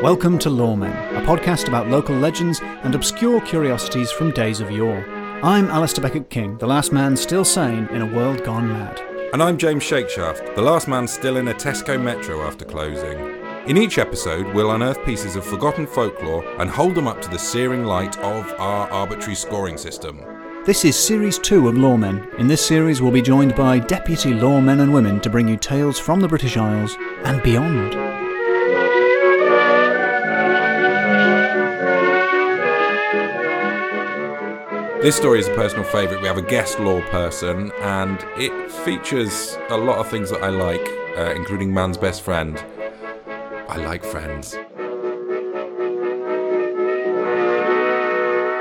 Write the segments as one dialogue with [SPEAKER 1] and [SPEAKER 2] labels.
[SPEAKER 1] Welcome to Lawmen, a podcast about local legends and obscure curiosities from days of yore. I'm Alistair Beckett King, the last man still sane in a world gone mad.
[SPEAKER 2] And I'm James Shakeshaft, the last man still in a Tesco Metro after closing. In each episode, we'll unearth pieces of forgotten folklore and hold them up to the searing light of our arbitrary scoring system.
[SPEAKER 1] This is Series 2 of Lawmen. In this series, we'll be joined by deputy lawmen and women to bring you tales from the British Isles and beyond.
[SPEAKER 2] This story is a personal favourite. We have a guest law person, and it features a lot of things that I like, uh, including man's best friend. I like friends.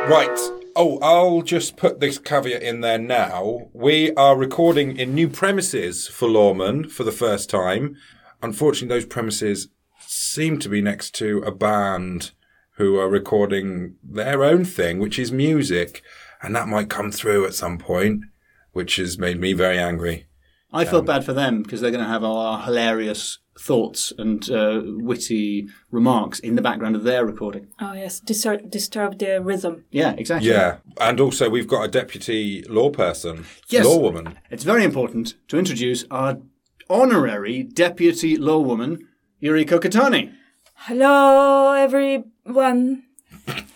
[SPEAKER 2] Right. Oh, I'll just put this caveat in there now. We are recording in new premises for Lawman for the first time. Unfortunately, those premises seem to be next to a band who are recording their own thing, which is music, and that might come through at some point, which has made me very angry.
[SPEAKER 3] I feel bad for them because they're going to have our hilarious thoughts and uh, witty remarks in the background of their recording.
[SPEAKER 4] Oh yes, disturb, disturb the rhythm.
[SPEAKER 3] Yeah, exactly.
[SPEAKER 2] Yeah, and also we've got a deputy law person,
[SPEAKER 3] Yes.
[SPEAKER 2] law woman.
[SPEAKER 3] It's very important to introduce our honorary deputy lawwoman, Yuriko Katani.
[SPEAKER 4] Hello, everyone.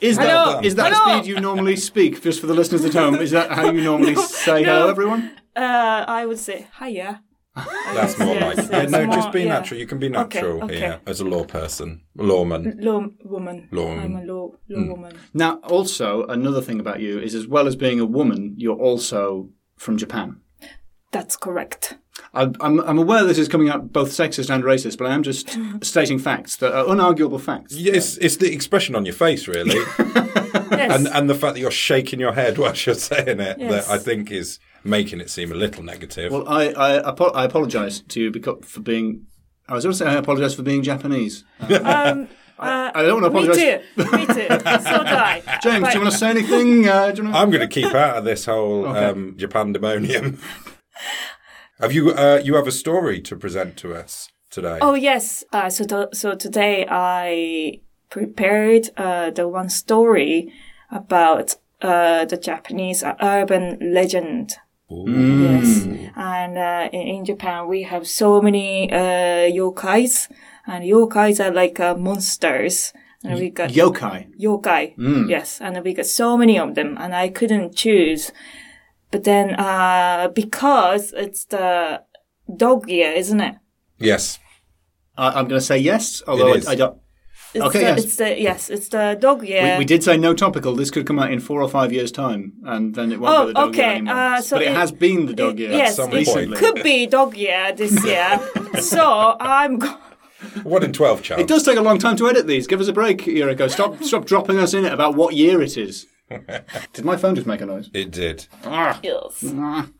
[SPEAKER 3] Is
[SPEAKER 4] Hello.
[SPEAKER 3] that, is that
[SPEAKER 4] Hello.
[SPEAKER 3] the speed you normally speak, just for the listeners at home? Is that how you normally say hello,
[SPEAKER 4] no.
[SPEAKER 3] everyone?
[SPEAKER 4] Uh, I would say hiya.
[SPEAKER 2] That's more
[SPEAKER 4] Yes,
[SPEAKER 2] like
[SPEAKER 4] yes,
[SPEAKER 2] yeah, no,
[SPEAKER 4] more-
[SPEAKER 2] just be
[SPEAKER 4] yeah.
[SPEAKER 2] natural. You can be natural
[SPEAKER 4] okay. Mm.
[SPEAKER 2] here as a law person, lawman.
[SPEAKER 4] Law woman.
[SPEAKER 2] Law- Hmm.
[SPEAKER 4] I'm a law law woman.
[SPEAKER 3] Now, also another thing about you is, as well as being a woman, you're also from Japan.
[SPEAKER 4] That's correct.
[SPEAKER 3] I- I'm, I'm aware this is coming out both sexist and racist, but I am just stating facts that are unarguable facts.
[SPEAKER 2] Yeah, It's, it's the expression on your face, really,
[SPEAKER 4] Yes. um,
[SPEAKER 2] and and the fact that you're shaking your head whilst you're saying it
[SPEAKER 4] Yes.
[SPEAKER 2] that I think is making it seem a little negative.
[SPEAKER 3] Well, I I, apo- I apologise to you because for being. I was going to say I apologise for being Japanese.
[SPEAKER 4] um, uh,
[SPEAKER 3] I don't want to
[SPEAKER 4] me too.
[SPEAKER 3] apologise.
[SPEAKER 4] Me too. So do I.
[SPEAKER 3] James, do
[SPEAKER 4] Right.
[SPEAKER 3] you want to say anything? Uh, do you wanna...
[SPEAKER 2] I'm going to keep out of this whole um, Japandemonium. have you uh, you have a story to present to us today?
[SPEAKER 4] Oh yes. Uh, so to, so today I prepared uh, the one story about uh, the Japanese urban legend. Yes,
[SPEAKER 3] Hmm.
[SPEAKER 4] and uh, in, in Japan we have so many uh, yokais, and yokais are like uh, monsters. And we got
[SPEAKER 3] Yokai.
[SPEAKER 4] yokai.
[SPEAKER 3] Hmm.
[SPEAKER 4] Yes, and we got so many of them, and I couldn't choose. But then, uh, because it's the dog year, isn't it?
[SPEAKER 2] Yes.
[SPEAKER 3] I, I'm going to say yes, although
[SPEAKER 2] It is.
[SPEAKER 3] I, I don't.
[SPEAKER 4] It's
[SPEAKER 3] Okay,
[SPEAKER 4] the,
[SPEAKER 3] yes.
[SPEAKER 4] It's the, yes, it's the dog year.
[SPEAKER 3] We, we did say no topical. This could come out in four or five years' time, and then it won't
[SPEAKER 4] Oh,
[SPEAKER 3] be the dog year
[SPEAKER 4] okay,
[SPEAKER 3] anymore.
[SPEAKER 4] uh, so
[SPEAKER 3] but it,
[SPEAKER 4] it-
[SPEAKER 3] has been the dog year.
[SPEAKER 4] yes,
[SPEAKER 2] some
[SPEAKER 4] it
[SPEAKER 2] point.
[SPEAKER 4] could be dog year this year. so I'm go-
[SPEAKER 2] One in twelve chance.
[SPEAKER 3] It does take a long time to edit these. Give us a break, Yuriko. Stop, stop dropping us in it about what year it is. Did my phone just make a noise?
[SPEAKER 2] It did.
[SPEAKER 4] yes.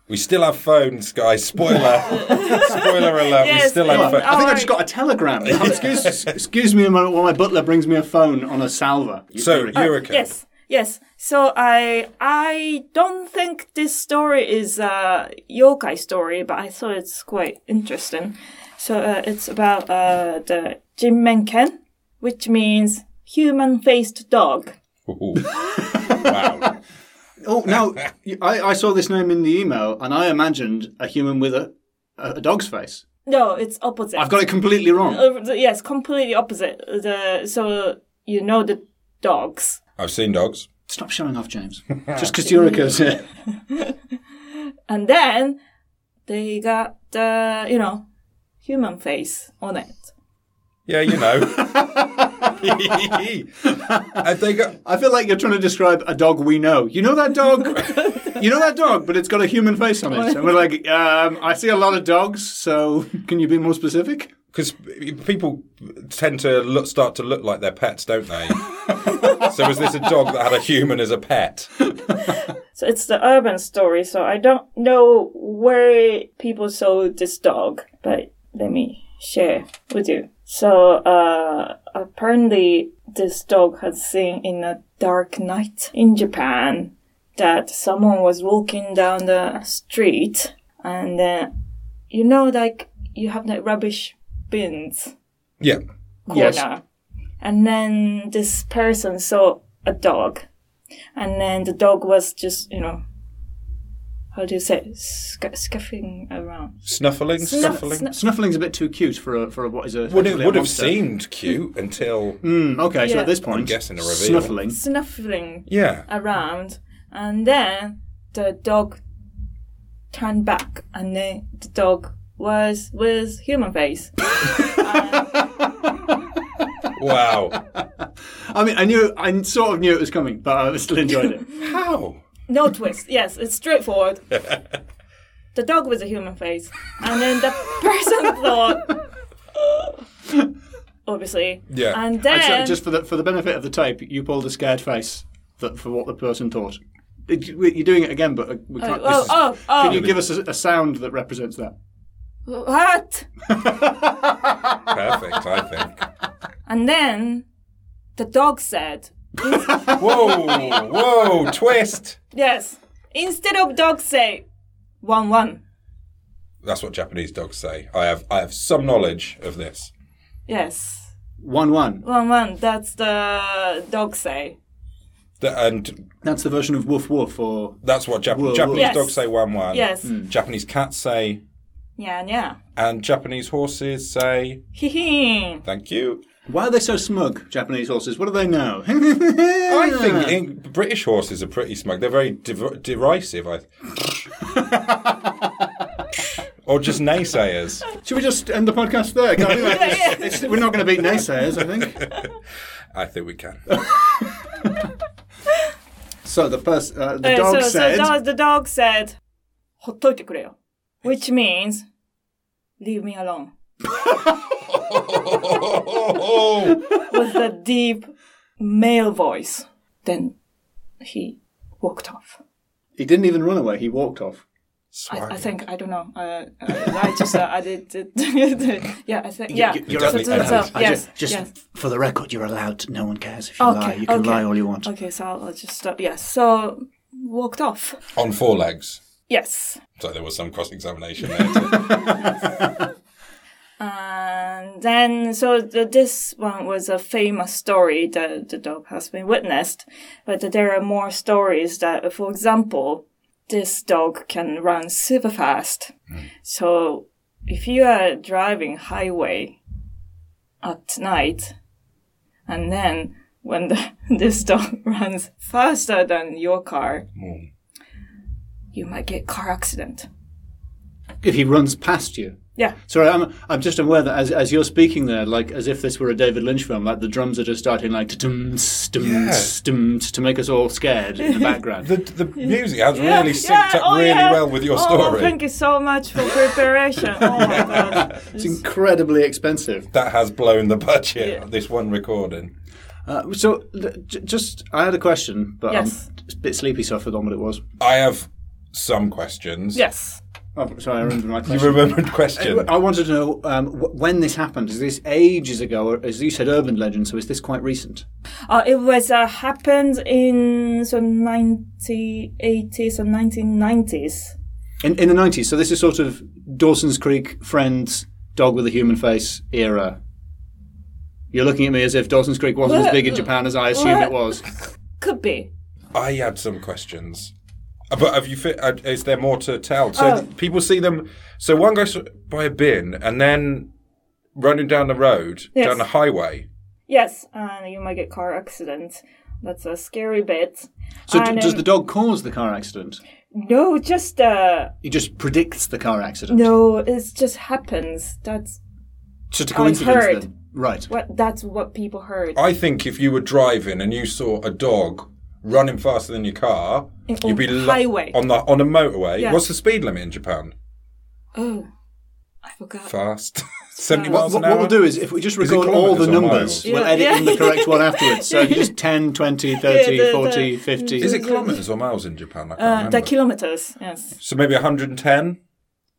[SPEAKER 2] We still have phones, guys. Spoiler. Spoiler alert. we
[SPEAKER 4] Yes,
[SPEAKER 2] still have
[SPEAKER 4] um,
[SPEAKER 2] phones.
[SPEAKER 3] I think I
[SPEAKER 4] Alright.
[SPEAKER 3] just got a telegram. excuse, excuse me a moment while my butler brings me a phone on a salver.
[SPEAKER 2] So, Eureka.
[SPEAKER 4] Oh. Uh, Yes, yes. So I I don't think this story is a yokai story, but I thought it's quite interesting. So uh, it's about uh, the Jinmenken, which means human-faced dog.
[SPEAKER 2] Ooh. wow.
[SPEAKER 3] Oh, now, I, I saw this name in the email and I imagined a human with a, a, a dog's face.
[SPEAKER 4] No, it's opposite.
[SPEAKER 3] I've got it completely wrong.
[SPEAKER 4] Uh, yes, completely opposite. The, so you know the dogs.
[SPEAKER 2] I've seen dogs.
[SPEAKER 3] Stop showing off, James. Just because Yuriko's here.
[SPEAKER 4] and then they got the you know human face on it.
[SPEAKER 2] Yeah, you know. have they got?
[SPEAKER 3] I feel like you're trying to describe a dog we know. You know that dog? you know that dog, but it's got a human face on it. And we're like, um, I see a lot of dogs, so can you be more specific?
[SPEAKER 2] Because people tend to look, start to look like their pets, don't they? so is this a dog that had a human as a pet?
[SPEAKER 4] So it's the urban story. So I don't know where people saw this dog, but let me share with you. So uh, apparently, this dog has seen in a dark night in Japan. that someone was walking down the street and uh, you know like you have the rubbish bins
[SPEAKER 2] Yeah.
[SPEAKER 4] corner
[SPEAKER 3] Yes.
[SPEAKER 4] and then this person saw a dog and then the dog was just you know how do you say sc- scuffing around
[SPEAKER 2] Snuffling,
[SPEAKER 4] Snuff-
[SPEAKER 2] snuffling.
[SPEAKER 4] snuff-
[SPEAKER 3] Snuffling's a bit too cute for a, for a, what is a
[SPEAKER 2] would it
[SPEAKER 3] actually a
[SPEAKER 2] would have
[SPEAKER 3] monster.
[SPEAKER 2] seemed cute until
[SPEAKER 3] Mm, okay, so
[SPEAKER 4] Yeah.
[SPEAKER 3] at this point,
[SPEAKER 2] I'm guessing a reveal.
[SPEAKER 3] snuffling.
[SPEAKER 4] snuffling
[SPEAKER 2] yeah.
[SPEAKER 4] around and then the dog turned back and then the dog was with human face
[SPEAKER 2] Wow.
[SPEAKER 3] I mean, I knew, I sort of knew it was coming, but I still enjoyed it.
[SPEAKER 2] How?
[SPEAKER 4] no twist yes it's straightforward the dog with a human face and then the person thought obviously
[SPEAKER 2] Yeah.
[SPEAKER 4] and
[SPEAKER 3] And so,
[SPEAKER 4] then
[SPEAKER 3] Uh, just for the for the benefit of the tape, you pulled a scared face that, for what the person thought. It, you're doing it again, but uh, we
[SPEAKER 4] oh
[SPEAKER 3] can't. this
[SPEAKER 4] oh
[SPEAKER 3] is-
[SPEAKER 4] oh,
[SPEAKER 3] Can you give us a, a sound that represents that?
[SPEAKER 4] what
[SPEAKER 2] Perfect, I think.
[SPEAKER 4] and then the dog said
[SPEAKER 2] Whoa, whoa, twist.
[SPEAKER 4] yes instead of dog say one one
[SPEAKER 2] That's what Japanese dogs say. I have I have some knowledge of this.
[SPEAKER 4] yes
[SPEAKER 3] One one.
[SPEAKER 4] One one. That's the dog say.
[SPEAKER 2] Th- and
[SPEAKER 3] That's the version of woof woof or
[SPEAKER 2] that's what Jap-
[SPEAKER 3] Whoa, Hmm. whoa.
[SPEAKER 2] Japanese
[SPEAKER 4] Yes.
[SPEAKER 2] dogs say one one.
[SPEAKER 4] Yes.
[SPEAKER 2] Japanese cats say
[SPEAKER 4] Yeah, yeah.
[SPEAKER 2] and Japanese horses say
[SPEAKER 4] Hee hee.
[SPEAKER 2] thank you.
[SPEAKER 3] why are they so smug? Japanese horses. What do they know?
[SPEAKER 2] I think in, British horses are pretty smug. They're very dev- derisive. I or just naysayers.
[SPEAKER 3] Should we just end the podcast there? Can't we? Like,
[SPEAKER 4] Yeah, yeah.
[SPEAKER 3] it's- we're not going to beat naysayers, I think.
[SPEAKER 2] I think we can.
[SPEAKER 3] So the person, uh, the
[SPEAKER 4] Uh,
[SPEAKER 3] dog
[SPEAKER 4] so, so
[SPEAKER 3] said,
[SPEAKER 4] dog- the dog said, ほっといてくれよ. Which means, leave me alone. With the deep male voice. Then he walked off.
[SPEAKER 3] he didn't even run away. He walked off.
[SPEAKER 4] I, I think I don't know. Uh, I, I just uh, I did. did- yeah, I think yeah.
[SPEAKER 2] you're so- so- so-
[SPEAKER 4] I yes, ju- just yes.
[SPEAKER 3] for the record, you're allowed. No one cares if
[SPEAKER 4] Okay, okay.
[SPEAKER 3] want.
[SPEAKER 4] Okay, so I'll I'll just stop. Yes, so walked off.
[SPEAKER 2] On four legs.
[SPEAKER 4] Yes.
[SPEAKER 2] So there was some cross examination there. Too.
[SPEAKER 4] And then, so the, this one was a famous story that the dog has been witnessed, but there are more stories that, for example, this dog can run super fast. So if you are driving highway at night, and then when the, this dog runs faster than your car, you might get car accident.
[SPEAKER 3] If he runs past you.
[SPEAKER 4] Yeah.
[SPEAKER 3] Sorry, I'm I'm just aware that as as you're speaking there, like as if this were a David Lynch film, like the drums are just starting like dums dums dums to make us all scared in the background.
[SPEAKER 2] The, the music has
[SPEAKER 4] Yeah,
[SPEAKER 2] really
[SPEAKER 4] yeah,
[SPEAKER 2] synced up
[SPEAKER 4] oh,
[SPEAKER 2] really
[SPEAKER 4] yeah.
[SPEAKER 2] well with your
[SPEAKER 4] Oh,
[SPEAKER 2] story.
[SPEAKER 4] thank you so much for preparation. Oh my god.
[SPEAKER 3] it's incredibly expensive.
[SPEAKER 2] that has blown the budget.
[SPEAKER 4] Yeah.
[SPEAKER 2] This one recording.
[SPEAKER 3] Uh, so th- j- just I had a question, but
[SPEAKER 4] Yes.
[SPEAKER 3] I'm a bit sleepy, so I forgot what it was.
[SPEAKER 2] I have some questions.
[SPEAKER 4] Yes.
[SPEAKER 3] Oh, sorry, I remember my
[SPEAKER 2] You
[SPEAKER 3] question.
[SPEAKER 2] remembered question.
[SPEAKER 3] I wanted to know um, wh- when this happened. Is this ages ago, or as you said, urban legend? So is this quite recent?
[SPEAKER 4] Uh, it was uh, happened in so 1980s and 1990s.
[SPEAKER 3] In, in the nineties. So this is sort of Dawson's Creek, Friends, Dog with a Human Face era. You're looking at me as if Dawson's Creek wasn't as big in Japan as I assumed it was.
[SPEAKER 4] Could be.
[SPEAKER 2] I had some questions. Uh, But have you fit? uh, Is there more to tell? So
[SPEAKER 4] Oh.
[SPEAKER 2] th- people see them. So one goes by a bin and then running down the road,
[SPEAKER 4] Yes.
[SPEAKER 2] down the highway.
[SPEAKER 4] Yes, and you might get car accident. That's a scary bit.
[SPEAKER 3] So
[SPEAKER 4] And,
[SPEAKER 3] d- does
[SPEAKER 4] um,
[SPEAKER 3] the dog cause the car accident?
[SPEAKER 4] no? Just uh,
[SPEAKER 3] He just predicts the car accident.
[SPEAKER 4] no. It just happens. That's
[SPEAKER 3] just a
[SPEAKER 4] Oh, it's
[SPEAKER 3] coincidence.
[SPEAKER 4] heard.
[SPEAKER 3] Then. Right.
[SPEAKER 4] what. That's what people heard.
[SPEAKER 2] I think if you were driving and you saw a dog running faster than your car,
[SPEAKER 4] In-
[SPEAKER 2] you'd
[SPEAKER 4] on
[SPEAKER 2] be lo-
[SPEAKER 4] highway.
[SPEAKER 2] on the on a motorway.
[SPEAKER 4] Yeah.
[SPEAKER 2] What's the speed limit in Japan?
[SPEAKER 4] oh, I forgot.
[SPEAKER 2] Fast, seventy
[SPEAKER 3] What,
[SPEAKER 2] miles
[SPEAKER 3] what
[SPEAKER 2] an hour.
[SPEAKER 3] we'll do is if we just
[SPEAKER 2] Is it
[SPEAKER 3] record all the
[SPEAKER 2] kilometres or
[SPEAKER 3] numbers,
[SPEAKER 2] miles?
[SPEAKER 3] we'll
[SPEAKER 4] Yeah.
[SPEAKER 3] edit
[SPEAKER 4] Yeah.
[SPEAKER 3] in the correct one afterwards. So just 10, 20, 30,
[SPEAKER 4] Yeah, the- mm. the-
[SPEAKER 3] 40, 50.
[SPEAKER 2] Is it kilometers or miles in Japan? I can't
[SPEAKER 4] Uh,
[SPEAKER 2] remember.
[SPEAKER 4] the kilometers. Yes.
[SPEAKER 2] so maybe 110.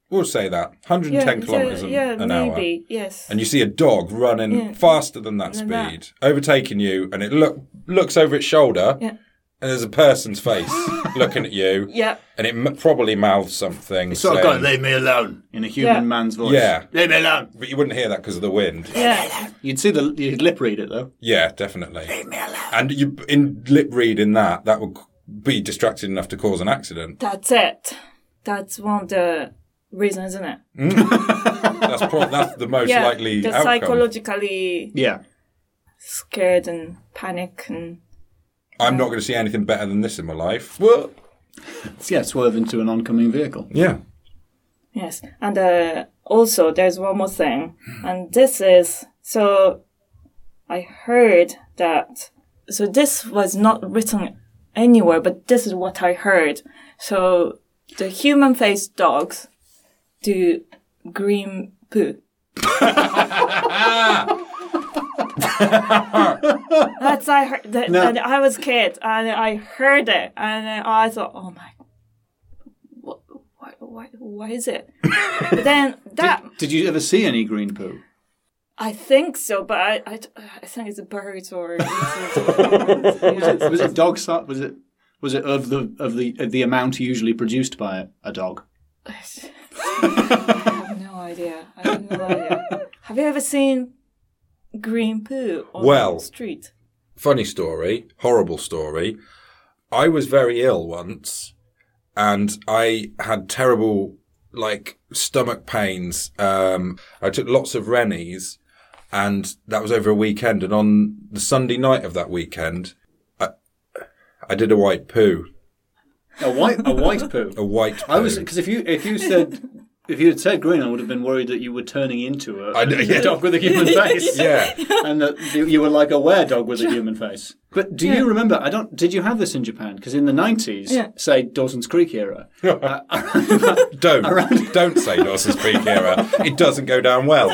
[SPEAKER 2] We'll say that 110
[SPEAKER 4] so-
[SPEAKER 2] kilometers an,
[SPEAKER 4] yeah,
[SPEAKER 2] an hour.
[SPEAKER 4] maybe. Yes.
[SPEAKER 2] and you see a dog running
[SPEAKER 4] Yeah.
[SPEAKER 2] faster than that
[SPEAKER 4] Than
[SPEAKER 2] speed,
[SPEAKER 4] that.
[SPEAKER 2] overtaking you, and it look looks over its shoulder,
[SPEAKER 4] Yeah.
[SPEAKER 2] and and there's a person's face looking at you.
[SPEAKER 4] Yeah.
[SPEAKER 2] And it m- probably mouths something.
[SPEAKER 3] It's sort of
[SPEAKER 2] saying-
[SPEAKER 3] got leave me alone in a human
[SPEAKER 4] Yeah.
[SPEAKER 3] man's voice.
[SPEAKER 2] Yeah.
[SPEAKER 3] Leave me alone.
[SPEAKER 2] but you wouldn't hear that because of the wind.
[SPEAKER 4] Yeah.
[SPEAKER 3] You'd see the you'd lip read it though.
[SPEAKER 2] Yeah, definitely. And you in lip reading that, that would be distracted enough to cause an accident.
[SPEAKER 4] That's it. That's one of the reasons, isn't it?
[SPEAKER 2] That's probably that's the most
[SPEAKER 4] yeah.
[SPEAKER 2] likely
[SPEAKER 4] the
[SPEAKER 2] outcome.
[SPEAKER 4] psychologically
[SPEAKER 3] Yeah.
[SPEAKER 4] scared and panic and
[SPEAKER 2] I'm not going to see anything better than this in my life. Well,
[SPEAKER 3] It's, yeah, swerve into an oncoming vehicle.
[SPEAKER 2] yeah,
[SPEAKER 4] Yes, and uh, also there's one more thing, and this is so. I heard that so this was not written anywhere, but this is what I heard. So the human-faced dogs do green poo. That's I heard. That,
[SPEAKER 3] No.
[SPEAKER 4] and I was kid, and I heard it, and I thought, oh my what, why, why, why is it? but then that,
[SPEAKER 3] Did you ever see any green poo?
[SPEAKER 4] I think so, but I, I, I think it's a bird or.
[SPEAKER 3] Was it dog si- was it was it of the of the of the amount usually produced by a, a dog?
[SPEAKER 4] I have no idea. I have no idea. Have you ever seen green poo on
[SPEAKER 2] Well.
[SPEAKER 4] the street?
[SPEAKER 2] funny story, horrible story. I was very ill once, and I had terrible like stomach pains. Um, I took lots of Rennies, and that was over a weekend. And on the Sunday night of that weekend, I, I did a white poo,
[SPEAKER 3] A white a white poo.
[SPEAKER 2] a white. Poo.
[SPEAKER 3] I was because if you if you said if you had said green, I would have been worried that you were turning into a,
[SPEAKER 2] I know, yeah.
[SPEAKER 3] a dog with a human face.
[SPEAKER 2] yeah.
[SPEAKER 3] and that you, you were like a were dog with a human face. But do you remember? I don't. Did you have this in Japan? Because in the nineties,
[SPEAKER 4] Yeah.
[SPEAKER 3] say Dawson's Creek era,
[SPEAKER 2] Don't don't say Dawson's Creek era. It doesn't go down well.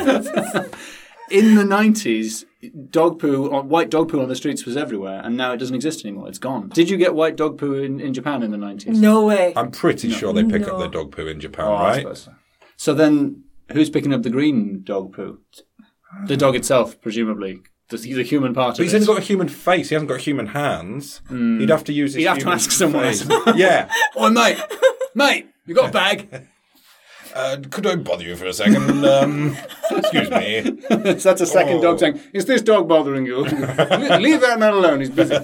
[SPEAKER 3] in the nineties, dog poo, on, white dog poo on the streets was everywhere, and now it doesn't exist anymore. It's gone. Did you get white dog poo in, in Japan in the nineties?
[SPEAKER 4] No way.
[SPEAKER 2] I'm pretty sure they pick up their dog poo in Japan,
[SPEAKER 3] Oh,
[SPEAKER 2] right?
[SPEAKER 3] so. So then, who's picking up the green dog poo? The dog itself, presumably. The, the human part
[SPEAKER 2] But
[SPEAKER 3] of
[SPEAKER 2] he's
[SPEAKER 3] it.
[SPEAKER 2] only got a human face. He hasn't got human hands. He'd have to use his.
[SPEAKER 3] Hmm. He'd have to
[SPEAKER 2] human
[SPEAKER 3] ask someone
[SPEAKER 2] face.
[SPEAKER 3] else.
[SPEAKER 2] yeah.
[SPEAKER 3] Oi, mate, mate, you got a bag?
[SPEAKER 2] Uh, could I bother you for a second? Um, excuse me.
[SPEAKER 3] so that's a second
[SPEAKER 2] Oh.
[SPEAKER 3] dog saying, "Is this dog bothering you? Le- Leave that man alone. He's busy."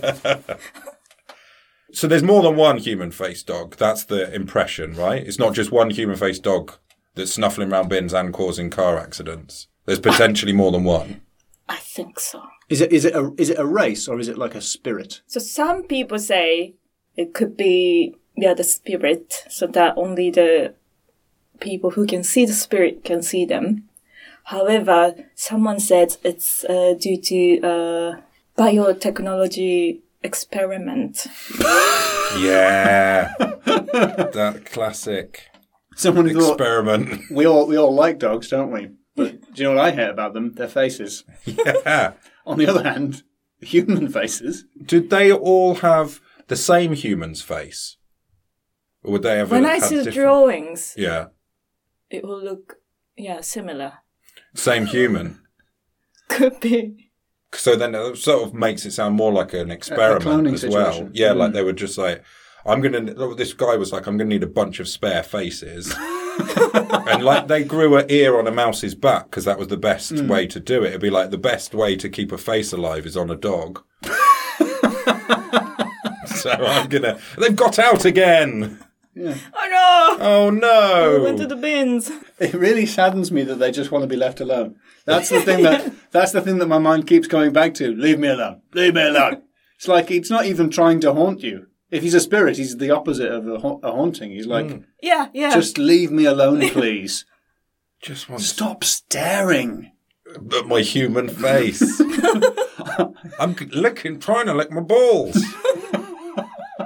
[SPEAKER 2] So there's more than one human face dog. That's the impression, right? It's not just one human face dog that's snuffling around bins and causing car accidents. There's potentially more than one.
[SPEAKER 4] I think so.
[SPEAKER 3] Is it is it a is it a race or is it like a spirit?
[SPEAKER 4] So some people say it could be yeah the spirit, so that only the people who can see the spirit can see them. However, someone said it's uh, due to uh, biotechnology experiment.
[SPEAKER 2] Yeah. that classic
[SPEAKER 3] Someone thought
[SPEAKER 2] experiment.
[SPEAKER 3] we all we all like dogs, don't we? But do you know what I hate about them? Their faces.
[SPEAKER 2] yeah.
[SPEAKER 3] On the other hand, human faces.
[SPEAKER 2] Did they all have the same human's face? Or would they have
[SPEAKER 4] when
[SPEAKER 2] had
[SPEAKER 4] I see the
[SPEAKER 2] different-
[SPEAKER 4] drawings,
[SPEAKER 2] Yeah.
[SPEAKER 4] it will look yeah similar.
[SPEAKER 2] Same human.
[SPEAKER 4] Could be.
[SPEAKER 2] So then it sort of makes it sound more like an experiment
[SPEAKER 3] cloning
[SPEAKER 2] as well.
[SPEAKER 3] situation. Mm.
[SPEAKER 2] Yeah, like they were just like, I'm going to, this guy was like, I'm going to need a bunch of spare faces. and like they grew an ear on a mouse's back because that was the best
[SPEAKER 3] Mm.
[SPEAKER 2] way to do it. It'd be like the best way to keep a face alive is on a dog. so I'm going to, they've got out again.
[SPEAKER 4] Oh no!
[SPEAKER 2] Oh
[SPEAKER 4] I went to
[SPEAKER 2] no.
[SPEAKER 3] Oh.
[SPEAKER 4] the bins.
[SPEAKER 3] It really saddens me that they just want to be left alone. That's the thing that that's the thing that my mind keeps coming back to. Leave me alone. Leave me alone. It's like it's not even trying to haunt you. If he's a spirit, he's the opposite of a, ha- a haunting. He's like,
[SPEAKER 4] Yeah, yeah.
[SPEAKER 3] just leave me alone, please.
[SPEAKER 2] Just want
[SPEAKER 3] Stop staring.
[SPEAKER 2] at my human face. I'm licking, trying to lick my balls.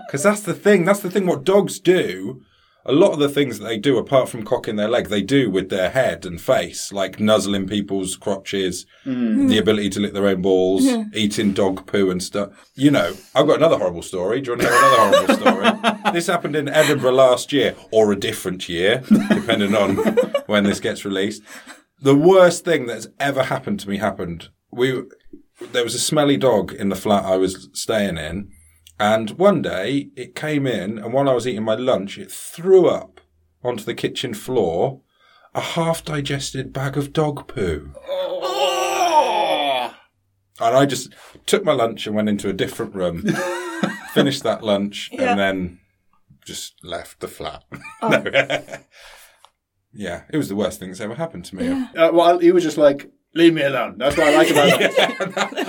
[SPEAKER 2] Because that's the thing. That's the thing. What dogs do, a lot of the things that they do, apart from cocking their leg, they do with their head and face, like nuzzling people's crotches, the ability to lick their own balls, eating dog poo and stuff. You know, I've got another horrible story. Do you want to hear another horrible story? this happened in Edinburgh last year, or a different year, depending on when this gets released the worst thing that's ever happened to me happened. We there was a smelly dog in the flat I was staying in, And one day it came in, and while I was eating my lunch, it threw up onto the kitchen floor a half digested bag of dog poo. And I just took my lunch and went into a different room, finished that lunch,
[SPEAKER 4] Yeah.
[SPEAKER 2] and then just left the flat. yeah, it was the worst thing that's ever happened to me.
[SPEAKER 3] Uh, well, he was just like, leave me alone. That's what I like about it.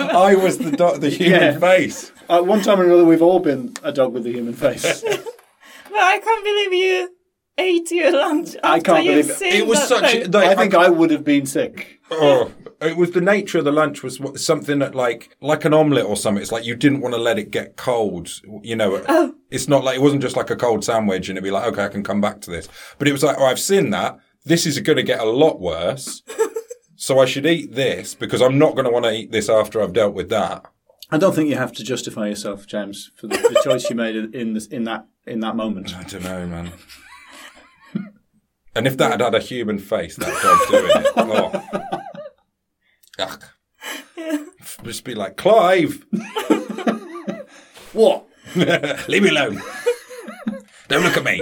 [SPEAKER 2] I was the do- the human
[SPEAKER 3] Yeah.
[SPEAKER 2] face.
[SPEAKER 3] Uh, one time or another, we've all been a dog with a human face.
[SPEAKER 4] But I can't believe you ate your lunch after
[SPEAKER 3] I can't
[SPEAKER 4] you've
[SPEAKER 3] believe it.
[SPEAKER 4] seen
[SPEAKER 2] It was
[SPEAKER 4] that
[SPEAKER 2] such.
[SPEAKER 4] thing.
[SPEAKER 2] A, like,
[SPEAKER 3] I think I would have been sick.
[SPEAKER 2] oh, it was the nature of the lunch was what, something that like like an omelette or something. It's like you didn't want to let it get cold. You know, it's not like it wasn't just like a cold sandwich and it'd be like okay, I can come back to this. But it was like oh, I've seen that. This is going to get a lot worse. so I should eat this because I'm not going to want to eat this after I've dealt with that.
[SPEAKER 3] I don't think you have to justify yourself, James, for the, the choice you made in in, this, in that in that moment.
[SPEAKER 2] I don't know, man. and if that had had a human face, that dog doing it. Oh. Ugh. Just be like, Clive,
[SPEAKER 3] What?
[SPEAKER 2] leave me alone. Don't look at me.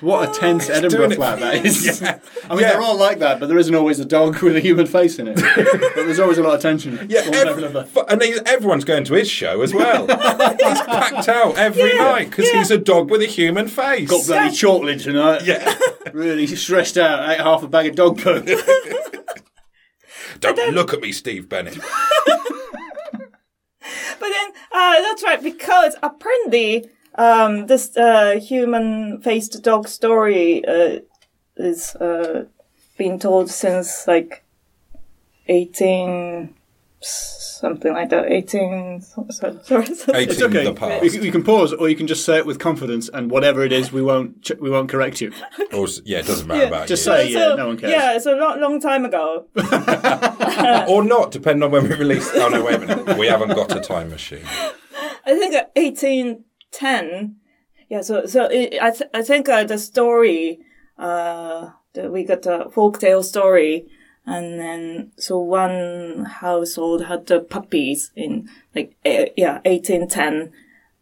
[SPEAKER 3] What a tense
[SPEAKER 2] doing
[SPEAKER 3] Edinburgh
[SPEAKER 2] it-
[SPEAKER 3] flat that is.
[SPEAKER 2] Yeah.
[SPEAKER 3] I mean, they're all like that, but there isn't always a dog with a human face in it. but there's always a lot of tension.
[SPEAKER 2] Yeah,
[SPEAKER 3] One way or
[SPEAKER 2] every-
[SPEAKER 3] another.
[SPEAKER 2] fu- and he's, everyone's going to his show as well. he's packed out every night because he's a dog with a human face.
[SPEAKER 3] Got bloody chortling tonight.
[SPEAKER 2] yeah.
[SPEAKER 3] Really stressed out. Ate half a bag of dog poo.
[SPEAKER 2] Don't look at me, Steve Bennett.
[SPEAKER 4] But then, uh, that's right, because apparently, um, this uh, human-faced dog story uh, is uh, being told since like eighteen something like that. Eighteen. so- so- Sorry. sorry.
[SPEAKER 2] 18
[SPEAKER 3] It's okay.
[SPEAKER 2] the past.
[SPEAKER 3] You, you can pause, or you can just say it with confidence, and whatever it is, we won't ch- we won't correct you.
[SPEAKER 2] Or s- yeah, it doesn't matter about
[SPEAKER 3] Just
[SPEAKER 2] you.
[SPEAKER 3] say yeah, no one cares.
[SPEAKER 4] Yeah, it's a long, long time ago.
[SPEAKER 2] Or not, depending on when we release. Oh, no, wait a minute. We haven't got a time machine.
[SPEAKER 4] I think uh, 1810. Yeah, so so it, I th- I think uh, the story uh the, we got a folktale story, and then so one household had the puppies in like eh, yeah 1810,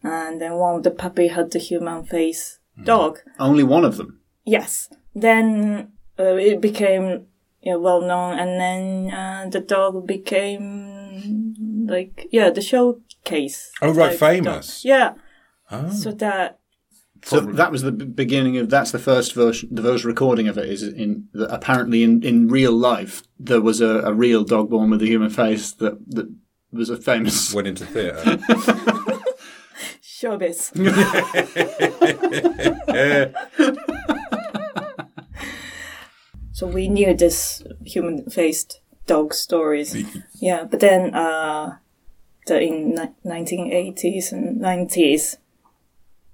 [SPEAKER 4] and then one of the puppy had the human face dog.
[SPEAKER 3] Only one of them.
[SPEAKER 4] Yes. Then uh, it became yeah, well known, and then uh, the dog became like yeah the showcase.
[SPEAKER 2] Oh, right,
[SPEAKER 4] type
[SPEAKER 2] famous. Oh.
[SPEAKER 4] dog. Yeah. So that
[SPEAKER 3] So that was the b- beginning of. That's the first version. The first recording of it is in that apparently in, in real life there was a, a real dog born with a human face that that was a famous.
[SPEAKER 2] Went into theatre.
[SPEAKER 4] showbiz. so we knew this human-faced dog stories. Yeah, but then uh, the in ni- 1980s and 90s,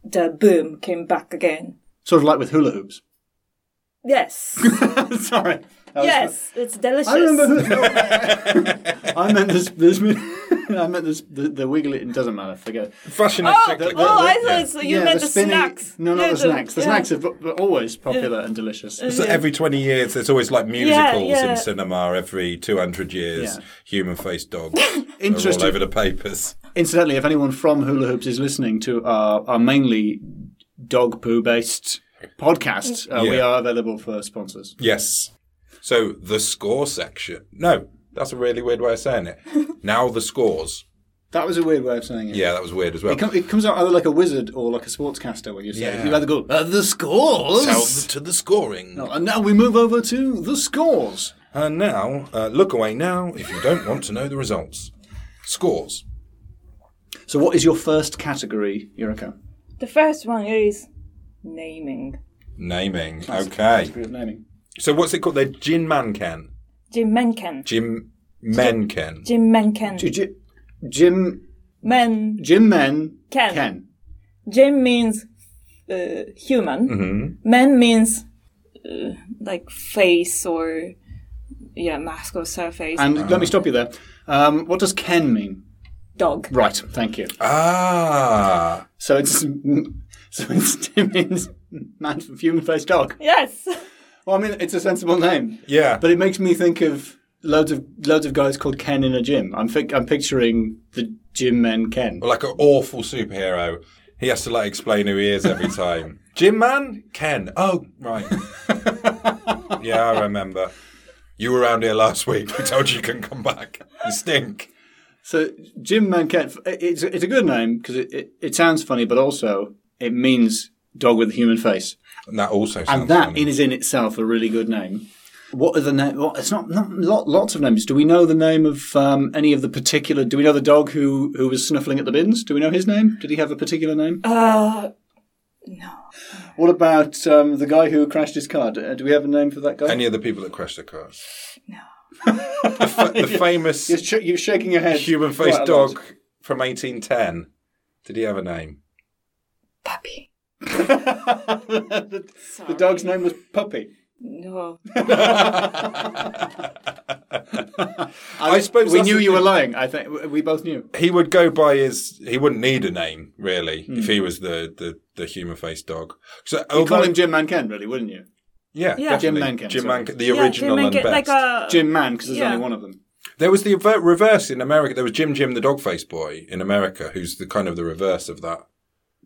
[SPEAKER 4] the boom came back again.
[SPEAKER 3] Sort of like with hula hoops.
[SPEAKER 4] Yes.
[SPEAKER 3] Sorry. That was-
[SPEAKER 4] yes, it's delicious.
[SPEAKER 3] I remember. Hula- no. I meant this. this I meant this. The, the wiggle. It doesn't matter. Forget. it.
[SPEAKER 2] Fashion
[SPEAKER 4] Oh,
[SPEAKER 2] and cyclical.
[SPEAKER 4] oh, I
[SPEAKER 2] Yeah.
[SPEAKER 4] thought it's, you meant the,
[SPEAKER 3] spinning-
[SPEAKER 4] snacks.
[SPEAKER 3] No, not the,
[SPEAKER 4] the-
[SPEAKER 3] snacks. The
[SPEAKER 4] yeah.
[SPEAKER 3] snacks are bu- were always popular and delicious.
[SPEAKER 2] So every 20 years, there's always like musicals
[SPEAKER 4] yeah.
[SPEAKER 2] in cinema. Every 200 years,
[SPEAKER 3] Yeah.
[SPEAKER 2] human faced dogs are all
[SPEAKER 3] Interesting.
[SPEAKER 2] over the papers.
[SPEAKER 3] Incidentally, if anyone from Hula Hoops is listening to our, our mainly dog poo based podcast, uh, we
[SPEAKER 2] Yeah.
[SPEAKER 3] are available for sponsors.
[SPEAKER 2] Yes. So the score section. No, that's a really weird way of saying it. now the scores.
[SPEAKER 3] That was a weird way of saying it.
[SPEAKER 2] Yeah, that was weird as well.
[SPEAKER 3] It, com- it comes out either like a wizard or like a sportscaster when you say
[SPEAKER 2] Yeah.
[SPEAKER 3] it. You either go, uh, the scores!
[SPEAKER 2] Down to the scoring.
[SPEAKER 3] and now we move over to the scores.
[SPEAKER 2] And now, uh, look away now if you don't want to know the results. Scores.
[SPEAKER 3] So, what is your first category, Yuriko?
[SPEAKER 4] The first one is naming.
[SPEAKER 2] Naming. Okay.
[SPEAKER 3] Category of naming.
[SPEAKER 2] So what's it called? They're Jin Manken.
[SPEAKER 4] Jim Menken.
[SPEAKER 2] Jim Menken.
[SPEAKER 4] Jim Menken.
[SPEAKER 3] J- J- Jim,
[SPEAKER 4] Men.
[SPEAKER 3] Jim Men
[SPEAKER 4] Ken.
[SPEAKER 3] Ken.
[SPEAKER 4] Jim means uh, human.
[SPEAKER 2] Mm-hmm.
[SPEAKER 4] Men means uh, like face or yeah, mask or surface.
[SPEAKER 3] And let me stop you there. Um, what does Ken mean?
[SPEAKER 4] Dog.
[SPEAKER 3] Right, thank you.
[SPEAKER 2] Ah.
[SPEAKER 3] So it's so it's Timmins man for human faced dog.
[SPEAKER 4] Yes.
[SPEAKER 3] Well, I mean, it's a sensible name,
[SPEAKER 2] Yeah.
[SPEAKER 3] but it makes me think of loads of loads of guys called Ken in a gym. I'm fi- I'm picturing the gym men Ken.
[SPEAKER 2] Or like an awful superhero. He has to like explain who he is every time. Jim Man? Ken. Oh, right. yeah, I remember. You were around here last week. We told you you couldn't come back. You stink.
[SPEAKER 3] So Jim Man Ken. It's it's a good name because it, it it sounds funny, but also it means dog with a human face.
[SPEAKER 2] And that also sounds
[SPEAKER 3] and that
[SPEAKER 2] funny.
[SPEAKER 3] in is in itself a really good name. What are the name? Well, it's not, not lot, lots of names. Do we know the name of um, any of the particular? Do we know the dog who who was snuffling at the bins? Do we know his name? Did he have a particular name?
[SPEAKER 4] Uh,
[SPEAKER 3] what about um, the guy who crashed his car? Do, do we have a name for that guy?
[SPEAKER 2] Any of the people that crashed the cars? No. the, fa- the famous
[SPEAKER 3] you're, sh- you're shaking your head.
[SPEAKER 2] human
[SPEAKER 3] quite
[SPEAKER 2] faced
[SPEAKER 3] a lot.
[SPEAKER 2] dog from 1810. Did he have a name?
[SPEAKER 4] puppy.
[SPEAKER 3] the, the dog's name was Puppy.
[SPEAKER 4] No.
[SPEAKER 2] I suppose
[SPEAKER 3] we
[SPEAKER 2] that's
[SPEAKER 3] knew
[SPEAKER 2] the
[SPEAKER 3] you were lying. I think we both knew.
[SPEAKER 2] He would go by his. He wouldn't need a name really if he was the the, the human faced dog. So
[SPEAKER 3] You'd
[SPEAKER 2] although-
[SPEAKER 3] Hmm. call him Jim Man Ken, really, wouldn't you?
[SPEAKER 2] yeah,
[SPEAKER 4] Yeah.
[SPEAKER 2] definitely.
[SPEAKER 3] Jim uh, Mankin,
[SPEAKER 2] Jim
[SPEAKER 3] sorry.
[SPEAKER 2] Mankin, the original
[SPEAKER 4] yeah,
[SPEAKER 2] and
[SPEAKER 4] Jim Mankin,
[SPEAKER 2] best.
[SPEAKER 4] Like a,
[SPEAKER 3] Jim Man, because there's
[SPEAKER 4] Yeah.
[SPEAKER 3] only one of them.
[SPEAKER 2] There was the aver- reverse in America. There was Jim Jim the dog faced boy in America, who's the kind of the reverse of that.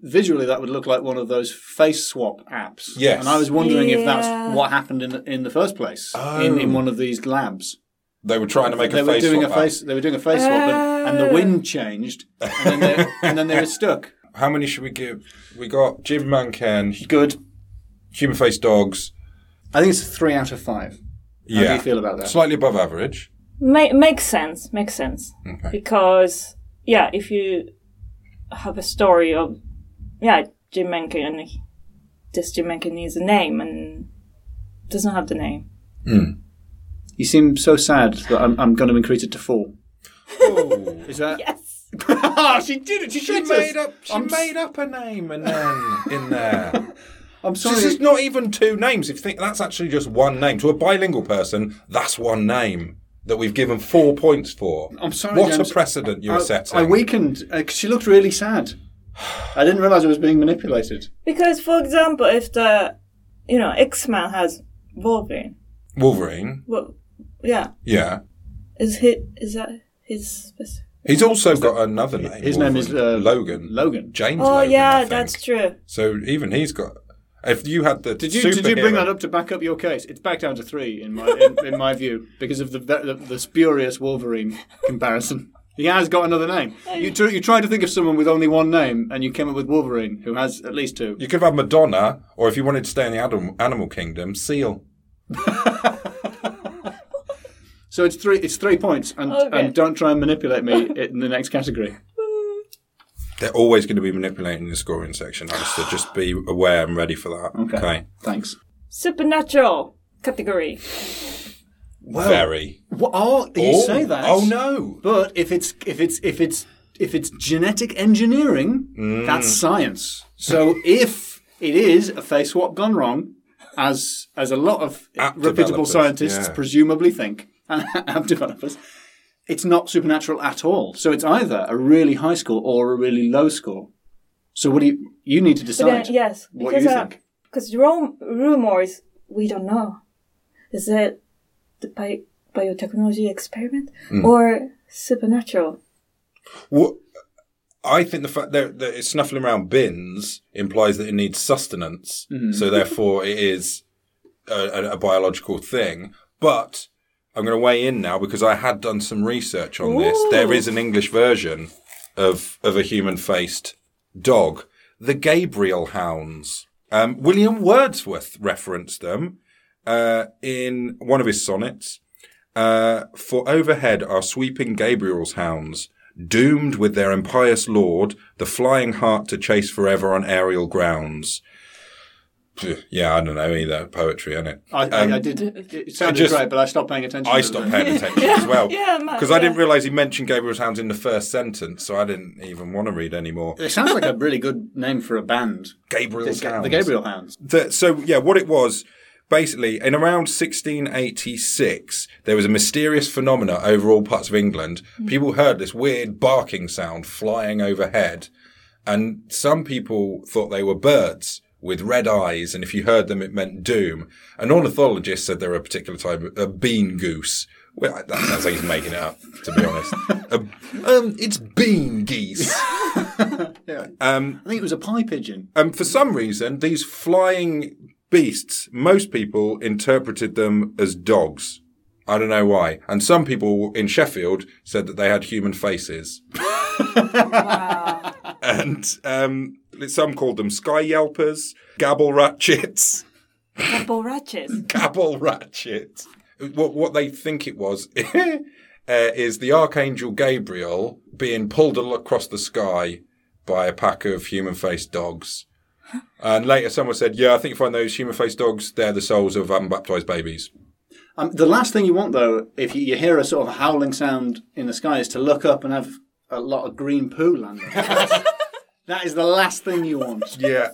[SPEAKER 3] visually that would look like one of those face swap apps.
[SPEAKER 2] Yes.
[SPEAKER 3] And I was wondering if
[SPEAKER 4] Yeah.
[SPEAKER 3] that's what happened in the, in the first place in, in one of these labs.
[SPEAKER 2] They were trying to make
[SPEAKER 3] they
[SPEAKER 2] Oh. a
[SPEAKER 3] were
[SPEAKER 2] face
[SPEAKER 3] doing
[SPEAKER 2] swap
[SPEAKER 3] a
[SPEAKER 2] out.
[SPEAKER 3] face they were doing a face swap and,
[SPEAKER 2] Oh.
[SPEAKER 3] and the wind changed and then they, and then they were stuck.
[SPEAKER 2] How many should we give? We got Jim Mankin,
[SPEAKER 3] Good.
[SPEAKER 2] human faced dogs.
[SPEAKER 3] I think it's 3 out of 5.
[SPEAKER 2] Yeah,
[SPEAKER 3] How do you feel about that?
[SPEAKER 2] Slightly above average.
[SPEAKER 4] Ma- makes sense. Makes sense. Because yeah, if you have a story of yeah Jim Mencken and he- this Jim Mencken needs a name and doesn't have the name.
[SPEAKER 3] You seem so sad that I'm, I'm going to increase it to 4. Is that
[SPEAKER 4] Yes.
[SPEAKER 3] Ah, she did it. She,
[SPEAKER 2] She
[SPEAKER 3] tricked us.
[SPEAKER 2] made up. She
[SPEAKER 3] I'm,
[SPEAKER 2] made up a name and then in there.
[SPEAKER 3] I'm
[SPEAKER 2] So
[SPEAKER 3] sorry.
[SPEAKER 2] this is not even two names. If you think that's actually just one name to a bilingual person, that's one name that we've given four points for.
[SPEAKER 3] I'm sorry,
[SPEAKER 2] What
[SPEAKER 3] James.
[SPEAKER 2] a precedent you
[SPEAKER 3] I,
[SPEAKER 2] are setting.
[SPEAKER 3] I weakened uh 'cause she looked really sad. I didn't realize I was being manipulated.
[SPEAKER 4] Because for example, if the you know X Man has Wolverine,
[SPEAKER 2] Wolverine.
[SPEAKER 4] well, yeah,
[SPEAKER 2] Yeah.
[SPEAKER 4] is he is that his? spec-
[SPEAKER 2] He's also got another name.
[SPEAKER 3] His name is
[SPEAKER 2] Wolverine.
[SPEAKER 3] uh,
[SPEAKER 2] Logan.
[SPEAKER 3] Logan.
[SPEAKER 2] James.
[SPEAKER 4] Oh
[SPEAKER 2] Logan, I
[SPEAKER 4] yeah,
[SPEAKER 2] think.
[SPEAKER 4] that's true.
[SPEAKER 2] So even he's got. If you had the
[SPEAKER 3] Did you did you bring that up to back up your case? It's back down to three in my in, in my view because of the, the the spurious Wolverine comparison. He has got another name. You tr- you tried to think of someone with only one name, and you came up with Wolverine, who has at least two.
[SPEAKER 2] You could have had Madonna, or if you wanted to stay in the adam- animal kingdom, Seal.
[SPEAKER 3] So it's three it's three points, and
[SPEAKER 4] Okay.
[SPEAKER 3] and don't try and manipulate me in the next category.
[SPEAKER 2] They're always going to be manipulating the scoring section, Alex, so just be aware and ready for that. Okay.
[SPEAKER 3] thanks.
[SPEAKER 4] Supernatural category.
[SPEAKER 3] Well,
[SPEAKER 2] Very.
[SPEAKER 3] wha- oh, you
[SPEAKER 2] Oh,
[SPEAKER 3] say that?
[SPEAKER 2] Oh no.
[SPEAKER 3] But if it's if it's if it's if it's genetic engineering,
[SPEAKER 2] Mm.
[SPEAKER 3] that's science. So if it is a face swap gone wrong, as as a lot of
[SPEAKER 2] App
[SPEAKER 3] reputable
[SPEAKER 2] developers,
[SPEAKER 3] scientists
[SPEAKER 2] yeah.
[SPEAKER 3] presumably think, app developers, it's not supernatural at all. So it's either a really high score or a really low score. So what do you you need to
[SPEAKER 4] But then,
[SPEAKER 3] decide?
[SPEAKER 4] yes,
[SPEAKER 3] What
[SPEAKER 4] because
[SPEAKER 3] you
[SPEAKER 4] uh,
[SPEAKER 3] think?
[SPEAKER 4] Because rum- rumors, we don't know. Is it the bi- biotechnology experiment
[SPEAKER 3] Mm.
[SPEAKER 4] or supernatural?
[SPEAKER 2] What? I think the fact that, that it's snuffling around bins implies that it needs sustenance, so therefore it is a, a, a biological thing. But I'm going to weigh in now because I had done some research on this. There is an English version of of a human faced dog, the Gabriel hounds. Um, William Wordsworth referenced them uh, in one of his sonnets. Uh, for overhead are sweeping Gabriel's hounds, doomed with their impious lord, the flying hart to chase forever on aerial grounds. Phew, Yeah, I don't know either. Poetry, innit?
[SPEAKER 3] I, I, I did. It sounded
[SPEAKER 2] Um, just-
[SPEAKER 3] great, but I stopped paying attention.
[SPEAKER 2] I
[SPEAKER 3] to
[SPEAKER 2] stopped
[SPEAKER 3] that.
[SPEAKER 2] paying attention as well.
[SPEAKER 4] Yeah, Matt,
[SPEAKER 2] Because I didn't
[SPEAKER 4] yeah.
[SPEAKER 2] realise he mentioned Gabriel's hounds in the first sentence, so I didn't even want to read anymore.
[SPEAKER 3] It sounds like a really good name for a band.
[SPEAKER 2] Gabriel's hounds.
[SPEAKER 3] The Gabriel Hounds.
[SPEAKER 2] The- so yeah, what it was basically in around 1686, there was a mysterious phenomena over all parts of England. People heard this weird barking sound flying overhead, and some people thought they were birds with red eyes, and if you heard them, it meant doom. An ornithologist said they were a particular type of a bean goose, Well, that sounds like he's making it up, to be honest. um, um, it's bean geese.
[SPEAKER 3] I think it was a pie pigeon.
[SPEAKER 2] Um, for some reason, these flying beasts, most people interpreted them as dogs. I don't know why. And some people in Sheffield said that they had human faces. and um, some called them sky yelpers, gabble ratchets,
[SPEAKER 4] Double ratchets.
[SPEAKER 2] gabble ratchet. What, what they think it was uh, is the Archangel Gabriel being pulled al- across the sky by a pack of human faced dogs. And later, someone said, Yeah, I think you find those human faced dogs, they're the souls of unbaptized babies.
[SPEAKER 3] Um, the last thing you want, though, if you, you hear a sort of howling sound in the sky, is to look up and have a lot of green poo landing. that is the last thing you want.
[SPEAKER 2] Yeah.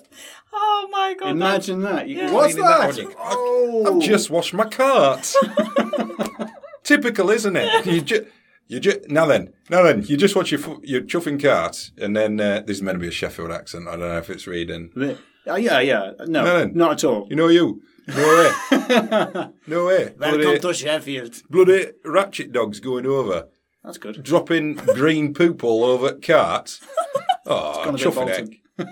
[SPEAKER 4] Oh my god. that's-
[SPEAKER 3] Imagine that. You, What's
[SPEAKER 2] Cleaning that
[SPEAKER 3] that?
[SPEAKER 2] one, you-
[SPEAKER 3] oh,
[SPEAKER 2] I've just washed my cart. Typical, isn't it? You just. You just now then, now then, you just watch your fu- your chuffing cart, and then uh, this is meant to be a Sheffield accent. I don't know if it's reading.
[SPEAKER 3] Oh, yeah, yeah. No,
[SPEAKER 2] No, no.
[SPEAKER 3] not at all.
[SPEAKER 2] You know you. No way. no way. Bloody,
[SPEAKER 3] to Sheffield.
[SPEAKER 2] bloody ratchet dogs going over,
[SPEAKER 3] That's good.
[SPEAKER 2] dropping green poop all over carts. Oh,
[SPEAKER 3] Gonna be
[SPEAKER 2] chuffing
[SPEAKER 3] Bolton.
[SPEAKER 2] it.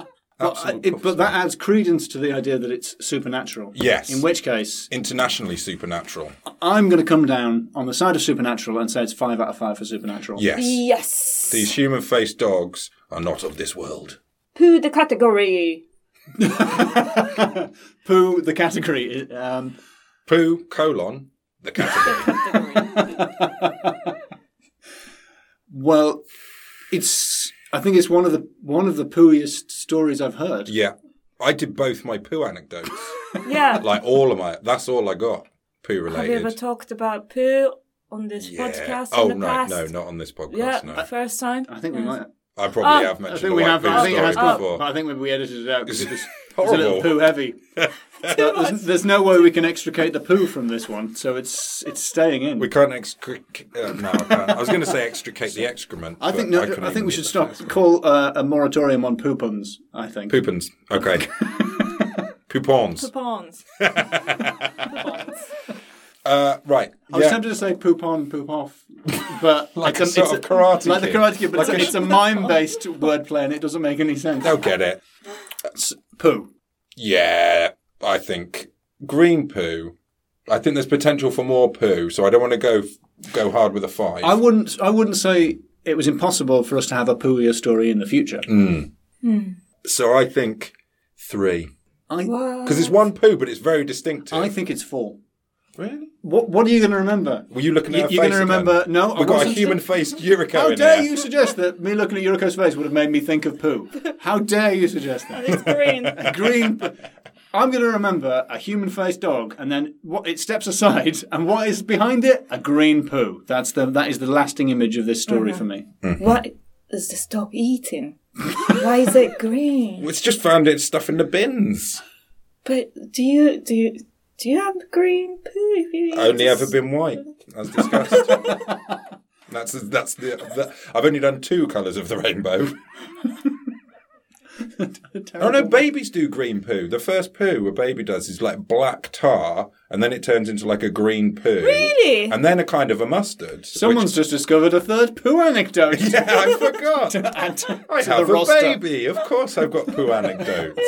[SPEAKER 3] Well, I- it- but that adds credence to the idea that it's supernatural.
[SPEAKER 2] Yes.
[SPEAKER 3] In which case,
[SPEAKER 2] Internationally supernatural.
[SPEAKER 3] I'm going to come down on the side of supernatural and say it's five out of five for supernatural.
[SPEAKER 2] Yes.
[SPEAKER 4] Yes.
[SPEAKER 2] These human faced dogs are not of this world.
[SPEAKER 4] Poo the category.
[SPEAKER 3] Poo, the category. Um,
[SPEAKER 2] Poo, colon, the category.
[SPEAKER 3] well, it's. I think it's one of the one of the pooiest stories I've heard.
[SPEAKER 2] yeah. I did both my poo anecdotes.
[SPEAKER 4] Yeah.
[SPEAKER 2] Like all of my, that's all I got. Poo
[SPEAKER 4] Have you ever
[SPEAKER 2] related.
[SPEAKER 4] talked about poo on this
[SPEAKER 2] Yeah.
[SPEAKER 4] podcast
[SPEAKER 2] Oh,
[SPEAKER 4] in
[SPEAKER 2] no,
[SPEAKER 4] the past?
[SPEAKER 2] no, not on this podcast,
[SPEAKER 4] Yeah, Uh,
[SPEAKER 2] no.
[SPEAKER 4] first time.
[SPEAKER 3] I think we might.
[SPEAKER 2] I probably
[SPEAKER 4] Oh.
[SPEAKER 2] have
[SPEAKER 3] I
[SPEAKER 2] mentioned
[SPEAKER 3] think
[SPEAKER 2] the
[SPEAKER 3] we
[SPEAKER 2] white
[SPEAKER 3] have.
[SPEAKER 2] poo
[SPEAKER 3] I think it
[SPEAKER 2] stories
[SPEAKER 3] has been,
[SPEAKER 2] before.
[SPEAKER 3] but I think we- we edited it out because it was, it was a
[SPEAKER 2] Horrible.
[SPEAKER 3] little poo heavy. But there's, there's no way we can extricate the poo from this one, so it's it's staying in.
[SPEAKER 2] We can't extricate. Uh, no, I can't. I was going to say extricate the excrement.
[SPEAKER 3] I think
[SPEAKER 2] but
[SPEAKER 3] no,
[SPEAKER 2] couldn't
[SPEAKER 3] I, think
[SPEAKER 2] even
[SPEAKER 3] we
[SPEAKER 2] do
[SPEAKER 3] should
[SPEAKER 2] that.
[SPEAKER 3] stop. Call uh, a moratorium on poo puns. I think.
[SPEAKER 2] Poopins. Okay. Poupons.
[SPEAKER 4] Pawns.
[SPEAKER 2] Uh, right.
[SPEAKER 3] I was
[SPEAKER 2] yeah.
[SPEAKER 3] tempted to say poop on, poop off, but
[SPEAKER 2] Like
[SPEAKER 3] it's
[SPEAKER 2] a
[SPEAKER 3] it's
[SPEAKER 2] sort of Karate
[SPEAKER 3] like
[SPEAKER 2] Kid.
[SPEAKER 3] the karate kid, but
[SPEAKER 2] Like
[SPEAKER 3] it's,
[SPEAKER 2] a-
[SPEAKER 3] a, it's a mime-based wordplay, and it doesn't make any sense.
[SPEAKER 2] They'll get it.
[SPEAKER 3] Poo.
[SPEAKER 2] Yeah, I think green poo. I think there's potential for more poo, so I don't want to go go hard with a five.
[SPEAKER 3] I wouldn't. I wouldn't say it was impossible for us to have a pooier story in the future.
[SPEAKER 2] Mm. so I think three
[SPEAKER 3] I,
[SPEAKER 2] because it's one poo, but it's very distinctive.
[SPEAKER 3] Oh, I think it's four.
[SPEAKER 2] really.
[SPEAKER 3] What What are you going to remember?
[SPEAKER 2] Were you looking at
[SPEAKER 3] You-
[SPEAKER 2] her
[SPEAKER 3] you're
[SPEAKER 2] face
[SPEAKER 3] gonna remember-
[SPEAKER 2] again?
[SPEAKER 3] no, I
[SPEAKER 2] We've got a
[SPEAKER 3] wasn't-
[SPEAKER 2] human faced Yuriko
[SPEAKER 3] How
[SPEAKER 2] in
[SPEAKER 3] dare
[SPEAKER 2] there.
[SPEAKER 3] you suggest that me looking at Yuriko's face would have made me think of poo? How dare you suggest that?
[SPEAKER 4] It's green.
[SPEAKER 3] green. I'm going to remember a human-faced dog, and then what? It steps aside, and what is behind it? A green poo. That's the that is the lasting image of this story for me.
[SPEAKER 4] what is this dog eating? Why is it green?
[SPEAKER 2] It's just found its stuff in the bins.
[SPEAKER 4] But do you do you, do you have green poo? If you eat
[SPEAKER 2] only
[SPEAKER 4] this?
[SPEAKER 2] ever been white, as discussed. that's that's the, the. I've only done two colours of the rainbow. Oh no, babies do green poo. The first poo a baby does is like black tar, and then it turns into like a green poo.
[SPEAKER 4] Really?
[SPEAKER 2] And then a kind of a mustard.
[SPEAKER 3] Someone's just discovered a third poo anecdote.
[SPEAKER 2] which- yeah, I forgot.
[SPEAKER 3] Add to-
[SPEAKER 2] I
[SPEAKER 3] to
[SPEAKER 2] have
[SPEAKER 3] the
[SPEAKER 2] a
[SPEAKER 3] roster.
[SPEAKER 2] baby. Of course, I've got poo anecdotes.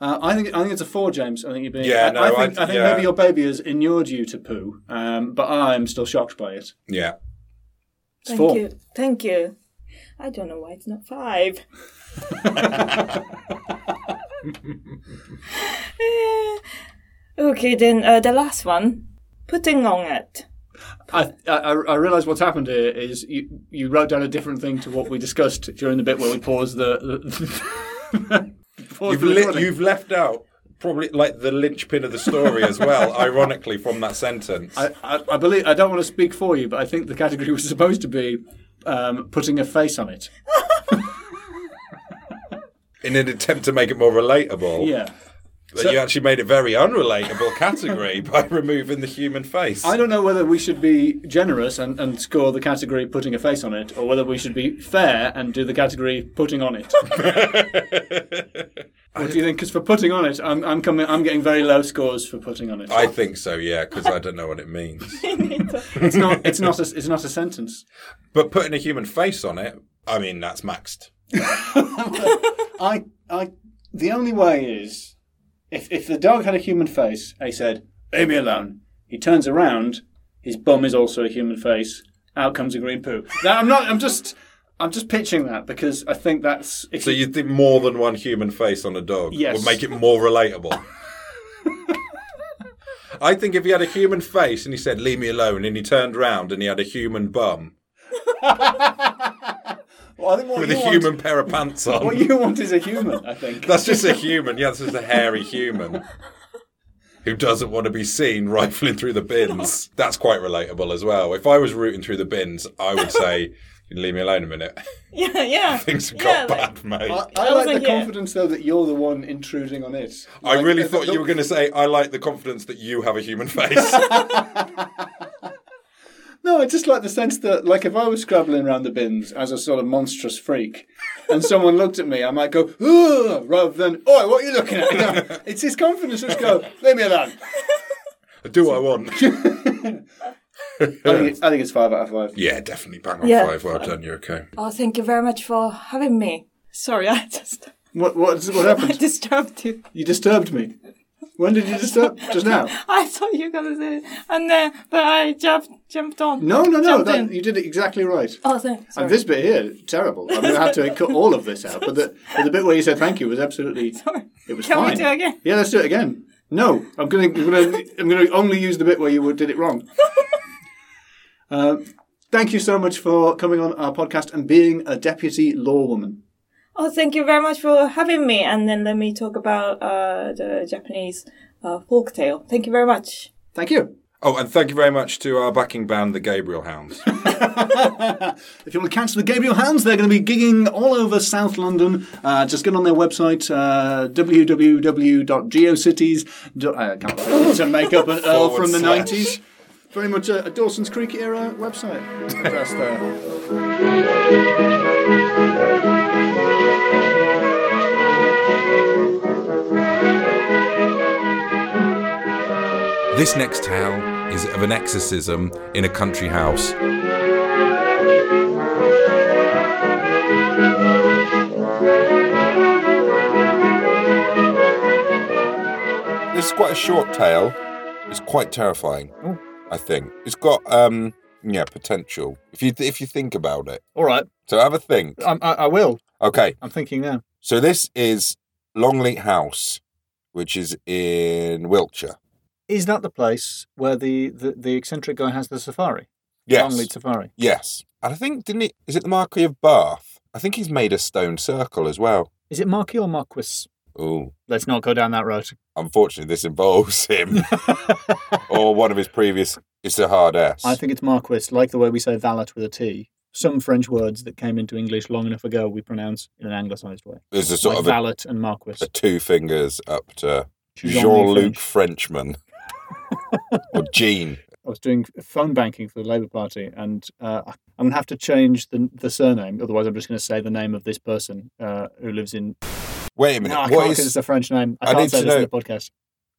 [SPEAKER 3] Uh, I think I think it's a four, James. I think you're being.
[SPEAKER 2] Yeah,
[SPEAKER 3] I,
[SPEAKER 2] no,
[SPEAKER 3] I think,
[SPEAKER 2] I-
[SPEAKER 3] I think
[SPEAKER 2] yeah.
[SPEAKER 3] maybe your baby has inured you to poo, um, but I'm still shocked by it.
[SPEAKER 2] Yeah.
[SPEAKER 3] It's
[SPEAKER 4] Thank
[SPEAKER 3] four.
[SPEAKER 4] you. Thank you. I don't know why it's not five. Eh, okay, then uh, the last one. Putting on it.
[SPEAKER 3] I, I, I realize what's happened here is you, you wrote down a different thing to what we discussed during the bit where we paused the. the paused
[SPEAKER 2] You've,
[SPEAKER 3] the
[SPEAKER 2] li-
[SPEAKER 3] recording.
[SPEAKER 2] you've left out probably like the linchpin of the story as well, ironically, from that sentence.
[SPEAKER 3] I, I, I believe I don't want to speak for you, but I think the category was supposed to be um, putting a face on it.
[SPEAKER 2] in an attempt to make it more relatable.
[SPEAKER 3] Yeah.
[SPEAKER 2] But you actually made a very unrelatable category by removing the human face.
[SPEAKER 3] I don't know whether we should be generous and, and score the category putting a face on it, or whether we should be fair and do the category putting on it. what do you think? Because for putting on it, I'm, I'm coming. I'm getting very low scores for putting on it.
[SPEAKER 2] I think so, yeah, because I don't know what it means.
[SPEAKER 3] It's not. It's not. A, it's not a sentence.
[SPEAKER 2] But putting a human face on it, I mean, that's maxed.
[SPEAKER 3] I. I. The only way is if if the dog had a human face. I said, "Leave me alone." He turns around. His bum is also a human face. Out comes a green poo. Now I'm not. I'm just. I'm just pitching that because I think that's. If
[SPEAKER 2] So
[SPEAKER 3] you-
[SPEAKER 2] you'd think more than one human face on a dog
[SPEAKER 3] Yes.
[SPEAKER 2] would make it more relatable. I think if he had a human face and he said, leave me alone, and he turned round and he had a human bum
[SPEAKER 3] Well, I think what
[SPEAKER 2] with
[SPEAKER 3] you
[SPEAKER 2] a
[SPEAKER 3] want-
[SPEAKER 2] human pair of pants on.
[SPEAKER 3] What you want is a human, I think.
[SPEAKER 2] That's just a human. Yeah, that's just a hairy human who doesn't want to be seen rifling through the bins. That's quite relatable as well. If I was rooting through the bins, I would say, "You leave me alone a minute.
[SPEAKER 4] Yeah, yeah.
[SPEAKER 2] Things have
[SPEAKER 4] yeah,
[SPEAKER 2] got
[SPEAKER 4] like-
[SPEAKER 2] bad, mate.
[SPEAKER 3] I,
[SPEAKER 2] I,
[SPEAKER 3] I
[SPEAKER 4] I was
[SPEAKER 3] like the
[SPEAKER 4] like, yeah.
[SPEAKER 3] confidence though that you're the one intruding on it. Like,
[SPEAKER 2] really
[SPEAKER 3] uh,
[SPEAKER 2] thought
[SPEAKER 3] the-
[SPEAKER 2] you were going to say, I like the confidence that you have a human face.
[SPEAKER 3] No, I just like the sense that, like, if I was scrabbling around the bins as a sort of monstrous freak, and someone looked at me, I might go Ugh, rather than "Oi, what are you looking at?" No, it's his confidence. Just go, leave me alone.
[SPEAKER 2] Do what I want.
[SPEAKER 3] I think, it's, I think it's five out of five.
[SPEAKER 2] yeah, definitely bang on
[SPEAKER 4] Yeah.
[SPEAKER 2] five. Well done, you're okay.
[SPEAKER 4] Oh, thank you very much for having me. Sorry, I just
[SPEAKER 3] What what what happened?
[SPEAKER 4] disturbed you.
[SPEAKER 3] You disturbed me. When did you disturb? Just now.
[SPEAKER 4] I thought you were gonna say, it. and then but I jumped jumped on.
[SPEAKER 3] No, no, no.
[SPEAKER 4] Jumped
[SPEAKER 3] That,
[SPEAKER 4] in.
[SPEAKER 3] you did it exactly right.
[SPEAKER 4] Oh, thanks.
[SPEAKER 3] And this bit here, terrible. I'm going to have to cut all of this out. But the, but the bit where you said thank you was absolutely. It was
[SPEAKER 4] Can we
[SPEAKER 3] fine.
[SPEAKER 4] do it again?
[SPEAKER 3] Yeah, let's do it again. No, I'm going to. I'm going to. I'm going to only use the bit where you were- did it wrong. Uh, thank you so much for coming on our podcast and being a deputy law woman.
[SPEAKER 4] Oh, thank you very much for having me. And then let me talk about uh, the Japanese uh, folktale. Thank you very much.
[SPEAKER 3] Thank you.
[SPEAKER 2] Oh, and thank you very much to our backing band, the Gabriel Hounds.
[SPEAKER 3] If you want to catch the Gabriel Hounds, they're going to be gigging all over South London. Uh, just get on their website, uh, www.geocities. uh, I can't wait to make up an Earl
[SPEAKER 2] Forward
[SPEAKER 3] uh, from the
[SPEAKER 2] slash.
[SPEAKER 3] 90s. Very much a, a Dawson's Creek era website. uh, That's there.
[SPEAKER 2] This next tale is of an exorcism in a country house. This is quite a short tale. It's quite terrifying, I think. It's got um yeah, potential. If you if you think about it.
[SPEAKER 3] All right,
[SPEAKER 2] So have a think.
[SPEAKER 3] I'm, I, I will.
[SPEAKER 2] Okay.
[SPEAKER 3] I'm thinking now.
[SPEAKER 2] So this is Longleat House, which is in Wiltshire.
[SPEAKER 3] Is that the place where the, the, the eccentric guy has the safari?
[SPEAKER 2] Yes.
[SPEAKER 3] Longlead safari.
[SPEAKER 2] Yes. And I think, didn't it? Is it the Marquis of Bath? I think he's made a stone circle as well.
[SPEAKER 3] Is it Marquis or Marquis?
[SPEAKER 2] Oh,
[SPEAKER 3] Let's not go down that road.
[SPEAKER 2] unfortunately, this involves him or one of his previous. It's a hard S.
[SPEAKER 5] I think it's Marquis, like the way we say valet with a T. Some French words that came into English long enough ago we pronounce in an anglicised way.
[SPEAKER 2] There's a sort
[SPEAKER 5] like
[SPEAKER 2] of a,
[SPEAKER 5] valet and Marquis.
[SPEAKER 2] a two fingers up to
[SPEAKER 5] Jean-Louis
[SPEAKER 2] Jean Luc
[SPEAKER 5] French.
[SPEAKER 2] Frenchman or Jean.
[SPEAKER 5] I was doing phone banking for the Labour Party, and uh, I'm going to have to change the, the surname. Otherwise, I'm just going to say the name of this person uh, who lives in.
[SPEAKER 2] Wait a
[SPEAKER 5] No,
[SPEAKER 2] minute.
[SPEAKER 5] I can't
[SPEAKER 2] what
[SPEAKER 5] 'cause
[SPEAKER 2] is
[SPEAKER 5] it's a French name. I,
[SPEAKER 2] I need
[SPEAKER 5] can't say
[SPEAKER 2] to
[SPEAKER 5] this in
[SPEAKER 2] know-
[SPEAKER 5] the podcast.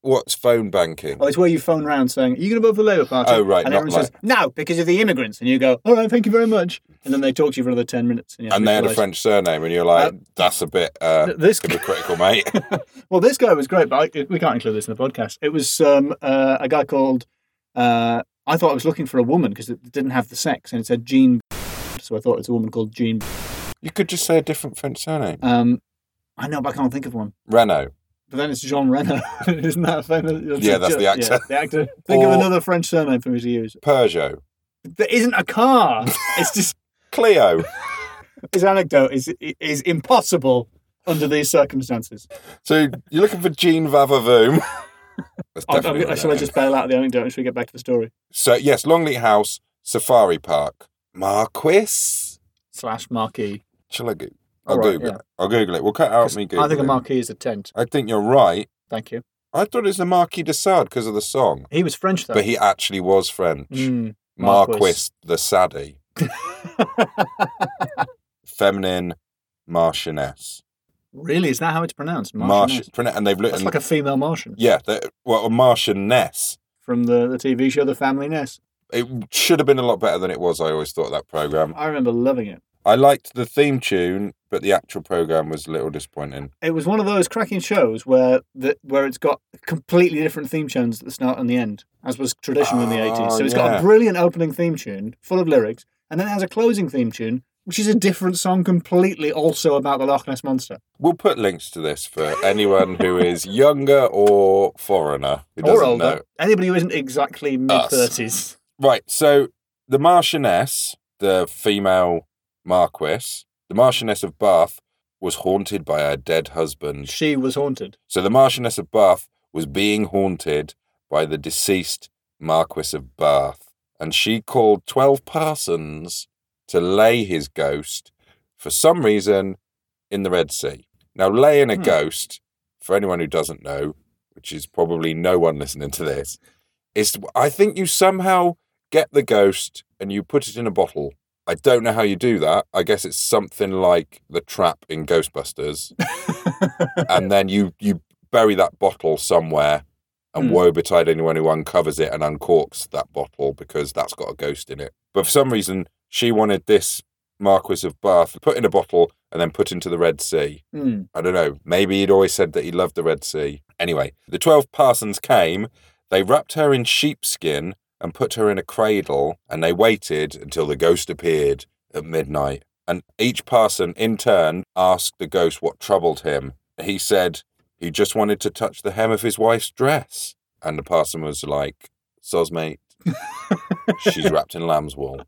[SPEAKER 2] what's phone banking?
[SPEAKER 5] Oh, it's where you phone round saying, "Are you going to vote for the Labour Party?"
[SPEAKER 2] Oh, right,
[SPEAKER 5] and
[SPEAKER 2] not
[SPEAKER 5] everyone says, "No, because of the immigrants," and you go, "All right, thank you very much," and then they talk to you for another ten minutes, and, you have
[SPEAKER 2] and
[SPEAKER 5] to
[SPEAKER 2] they had a
[SPEAKER 5] realise-
[SPEAKER 2] French surname, and you're like, that's a bit uh,
[SPEAKER 5] Th- this-
[SPEAKER 2] hypocritical, mate.
[SPEAKER 5] Well, this guy was great, but I, we can't include this in the podcast. It was um, uh, a guy called. Uh, I thought I was looking for a woman because it didn't have the sex, and it said Jean. So I thought it's a woman called Jean.
[SPEAKER 2] you could just say a different French surname.
[SPEAKER 5] Um, I know, but I can't think of one.
[SPEAKER 2] Renault.
[SPEAKER 5] But then it's Jean Reno. Isn't that famous?
[SPEAKER 2] Yeah, that's the actor.
[SPEAKER 5] the actor. Think
[SPEAKER 2] Or-
[SPEAKER 5] of another French surname for me to use.
[SPEAKER 2] Peugeot.
[SPEAKER 5] There isn't a car. it's just
[SPEAKER 2] Clio.
[SPEAKER 5] his anecdote is is impossible under these circumstances.
[SPEAKER 2] So you're looking for Jean Vavavoom. That's
[SPEAKER 3] Oh,
[SPEAKER 5] I'm- I'm-
[SPEAKER 2] definitely
[SPEAKER 5] shall I
[SPEAKER 2] right.
[SPEAKER 5] just bail out the anecdote and should we get back to the story?
[SPEAKER 2] So yes, Longleat House, Safari Park, Marquis
[SPEAKER 5] Slash marquee.
[SPEAKER 2] Shall I go? I'll
[SPEAKER 5] All right,
[SPEAKER 2] Google
[SPEAKER 5] yeah.
[SPEAKER 2] it. I'll Google it. We'll cut out me Google.
[SPEAKER 5] I think a marquee is a tent.
[SPEAKER 2] I think you're right.
[SPEAKER 5] Thank you.
[SPEAKER 2] I thought it was the Marquis de Sade because of the song,
[SPEAKER 3] He was French though.
[SPEAKER 2] but he actually was French.
[SPEAKER 3] Mm,
[SPEAKER 2] Marquis.
[SPEAKER 3] Marquis.
[SPEAKER 2] the Sade, feminine marchioness.
[SPEAKER 3] really, is that how it's pronounced?
[SPEAKER 2] Martian,
[SPEAKER 3] Martian.
[SPEAKER 2] and they've
[SPEAKER 3] That's
[SPEAKER 2] written
[SPEAKER 3] like a female Martian
[SPEAKER 2] yeah, they- well, a marchioness.
[SPEAKER 3] from the, the TV show The Family Nest.
[SPEAKER 2] It should have been a lot better than it was. I always thought that program.
[SPEAKER 3] I remember loving it.
[SPEAKER 2] I liked the theme tune, but the actual program was a little disappointing.
[SPEAKER 3] It was one of those cracking shows where the, where it's got completely different theme tunes at the start and the end, as was tradition in the
[SPEAKER 2] Oh,
[SPEAKER 3] 80s. So it's got
[SPEAKER 2] yeah.
[SPEAKER 3] a brilliant opening theme tune full of lyrics, and then it has a closing theme tune, which is a different song completely also about the Loch Ness Monster.
[SPEAKER 2] We'll put links to this for anyone who is younger or foreigner who doesn't
[SPEAKER 3] or older.
[SPEAKER 2] know.
[SPEAKER 3] Anybody who isn't exactly mid 30s.
[SPEAKER 2] Right, so the Marchioness, the female Marquess, the Marchioness of Bath was haunted by her dead husband.
[SPEAKER 3] She was haunted.
[SPEAKER 2] So the Marchioness of Bath was being haunted by the deceased Marquis of Bath, and she called 12 parsons to lay his ghost for some reason in the Red Sea. Now, laying a
[SPEAKER 3] Hmm.
[SPEAKER 2] ghost, for anyone who doesn't know, which is probably no one listening to this, is I think you somehow get the ghost and you put it in a bottle. I don't know how you do that. I guess it's something like the trap in Ghostbusters and then you you bury that bottle somewhere and
[SPEAKER 3] Hmm.
[SPEAKER 2] woe betide anyone who uncovers it and uncorks that bottle because that's got a ghost in it but for some reason she wanted this marquis of bath put in a bottle and then put into the red sea
[SPEAKER 3] Hmm.
[SPEAKER 2] i don't know maybe he'd always said that he loved the red sea anyway the 12 parsons came they wrapped her in sheepskin and put her in a cradle and they waited until the ghost appeared at midnight and each parson in turn asked the ghost what troubled him. He said he just wanted to touch the hem of his wife's dress. And the parson was like, Soz mate, she's wrapped in lamb's wool.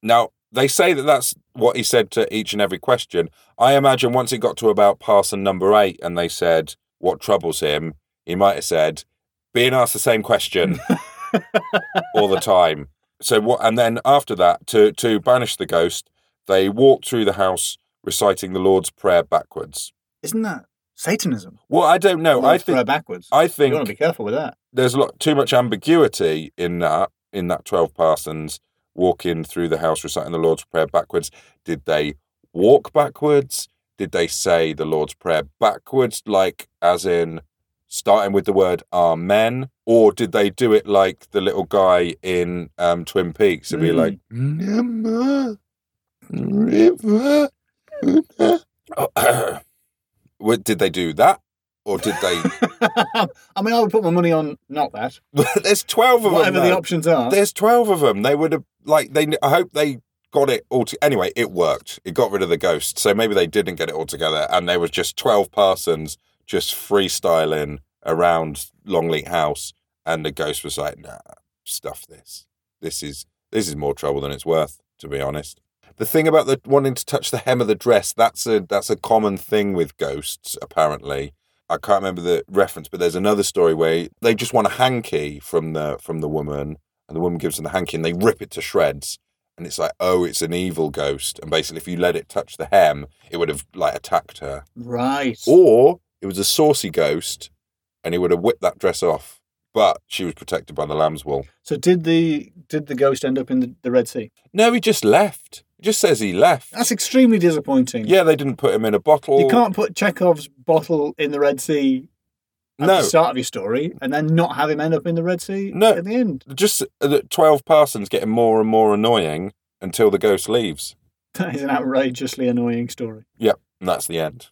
[SPEAKER 2] now, they say that that's what he said to each and every question. I imagine once it got to about parson number eight and they said, What troubles him? he might have said, Being asked the same question all the time. So what? And then after that, to to banish the ghost, they walked through the house reciting the Lord's Prayer backwards.
[SPEAKER 3] Isn't that Satanism?
[SPEAKER 2] Well, I don't know. I
[SPEAKER 3] Lord's Prayer
[SPEAKER 2] think
[SPEAKER 3] backwards.
[SPEAKER 2] I
[SPEAKER 3] you want to
[SPEAKER 2] think
[SPEAKER 3] be careful with that.
[SPEAKER 2] there's a lot too much ambiguity in that in that twelve parsons walking through the house reciting the Lord's Prayer backwards. Did they walk backwards? Did they say the Lord's Prayer backwards, like as in starting with the word Amen, or did they do it like the little guy in um, Twin Peaks and be
[SPEAKER 3] Mm.
[SPEAKER 2] like Nimmer, river, Una." What- did they do that, or did they?
[SPEAKER 3] I mean, I would put my money on not that.
[SPEAKER 2] There's twelve of
[SPEAKER 3] Whatever
[SPEAKER 2] them.
[SPEAKER 3] the
[SPEAKER 2] though.
[SPEAKER 3] options are.
[SPEAKER 2] There's twelve of them. They would have like they. I hope they got it all. To, anyway, it worked. It got rid of the ghost. So maybe they didn't get it all together, and there was just twelve parsons just freestyling around Longleat House, and the ghost was like, "Nah, stuff this. This is this is more trouble than it's worth, to be honest." The thing about the wanting to touch the hem of the dress, that's a that's a common thing with ghosts, apparently. I can't remember the reference, but there's another story where they just want a hanky from the from the woman, and the woman gives them the hanky, and they rip it to shreds, and it's like, oh, it's an evil ghost, and basically, if you let it touch the hem, it would have like attacked her,
[SPEAKER 3] Right.
[SPEAKER 2] or it was a saucy ghost, and it would have whipped that dress off, but she was protected by the lamb's wool.
[SPEAKER 3] So did the did the ghost end up in the, the Red Sea?
[SPEAKER 2] No, he just left. It just says he left.
[SPEAKER 3] That's extremely disappointing.
[SPEAKER 2] yeah, they didn't put him in a bottle.
[SPEAKER 3] You can't put Chekhov's bottle in the Red Sea at
[SPEAKER 2] No,
[SPEAKER 3] the start of your story and then not have him end up in the Red Sea
[SPEAKER 2] No.
[SPEAKER 3] at the end.
[SPEAKER 2] just uh, the twelve parsons getting more and more annoying until the ghost leaves.
[SPEAKER 3] That is an outrageously annoying story.
[SPEAKER 2] Yep, and that's the end.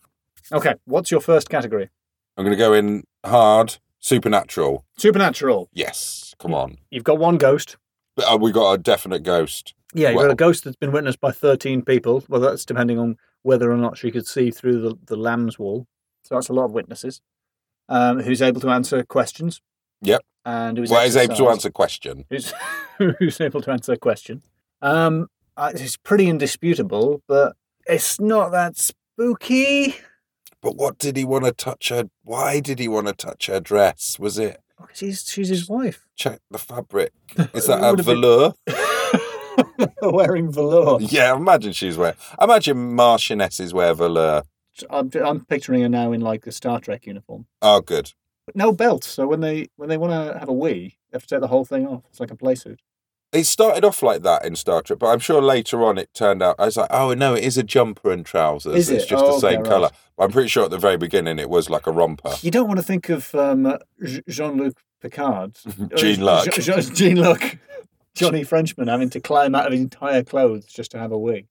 [SPEAKER 3] Okay, what's your first category?
[SPEAKER 2] I'm going to go in hard, supernatural.
[SPEAKER 3] Supernatural.
[SPEAKER 2] Yes, come on.
[SPEAKER 3] You've got one ghost.
[SPEAKER 2] But, uh, we got a definite ghost.
[SPEAKER 3] Yeah, you've
[SPEAKER 2] Well-
[SPEAKER 3] got a ghost that's been witnessed by 13 people. Well, that's depending on whether or not she could see through the, the lamb's wall. So that's a lot of witnesses. Um, who's able to answer questions.
[SPEAKER 2] Yep.
[SPEAKER 3] And who's
[SPEAKER 2] Well, is able to
[SPEAKER 3] exercised.
[SPEAKER 2] answer question.
[SPEAKER 3] who's who's able to answer that question. Um, I- it's pretty indisputable, but it's not that spooky.
[SPEAKER 2] But what did he want to touch her? Why did he want to touch her dress? Was it
[SPEAKER 3] Oh, She's she's his wife,
[SPEAKER 2] check the fabric? Is that
[SPEAKER 3] It
[SPEAKER 2] a
[SPEAKER 3] would've been-
[SPEAKER 2] velour?
[SPEAKER 3] wearing velour.
[SPEAKER 2] Yeah, imagine she's wearing. Imagine marchionesses wear velour.
[SPEAKER 3] I'm, I'm picturing her now in like a Star Trek uniform.
[SPEAKER 2] Oh, good.
[SPEAKER 5] But no belt, so when they when they want to have a wee, they have to take the whole thing off. It's like a play suit.
[SPEAKER 2] It started off like that in Star Trek, but I'm sure later on it turned out. I was like, oh no, it is a jumper and trousers.
[SPEAKER 5] Is
[SPEAKER 2] it's
[SPEAKER 5] it?
[SPEAKER 2] just
[SPEAKER 5] Oh,
[SPEAKER 2] the
[SPEAKER 5] okay,
[SPEAKER 2] same
[SPEAKER 5] right.
[SPEAKER 2] color. But I'm pretty sure at the very beginning it was like a romper.
[SPEAKER 5] You don't want to think of um, J- Jean-Luc Picard,
[SPEAKER 2] Mm-hmm.
[SPEAKER 5] Uh,
[SPEAKER 2] Jean Luc.
[SPEAKER 5] Jean- Jean- Jean Luc, Johnny Frenchman having to climb out of his entire clothes just to have a wee.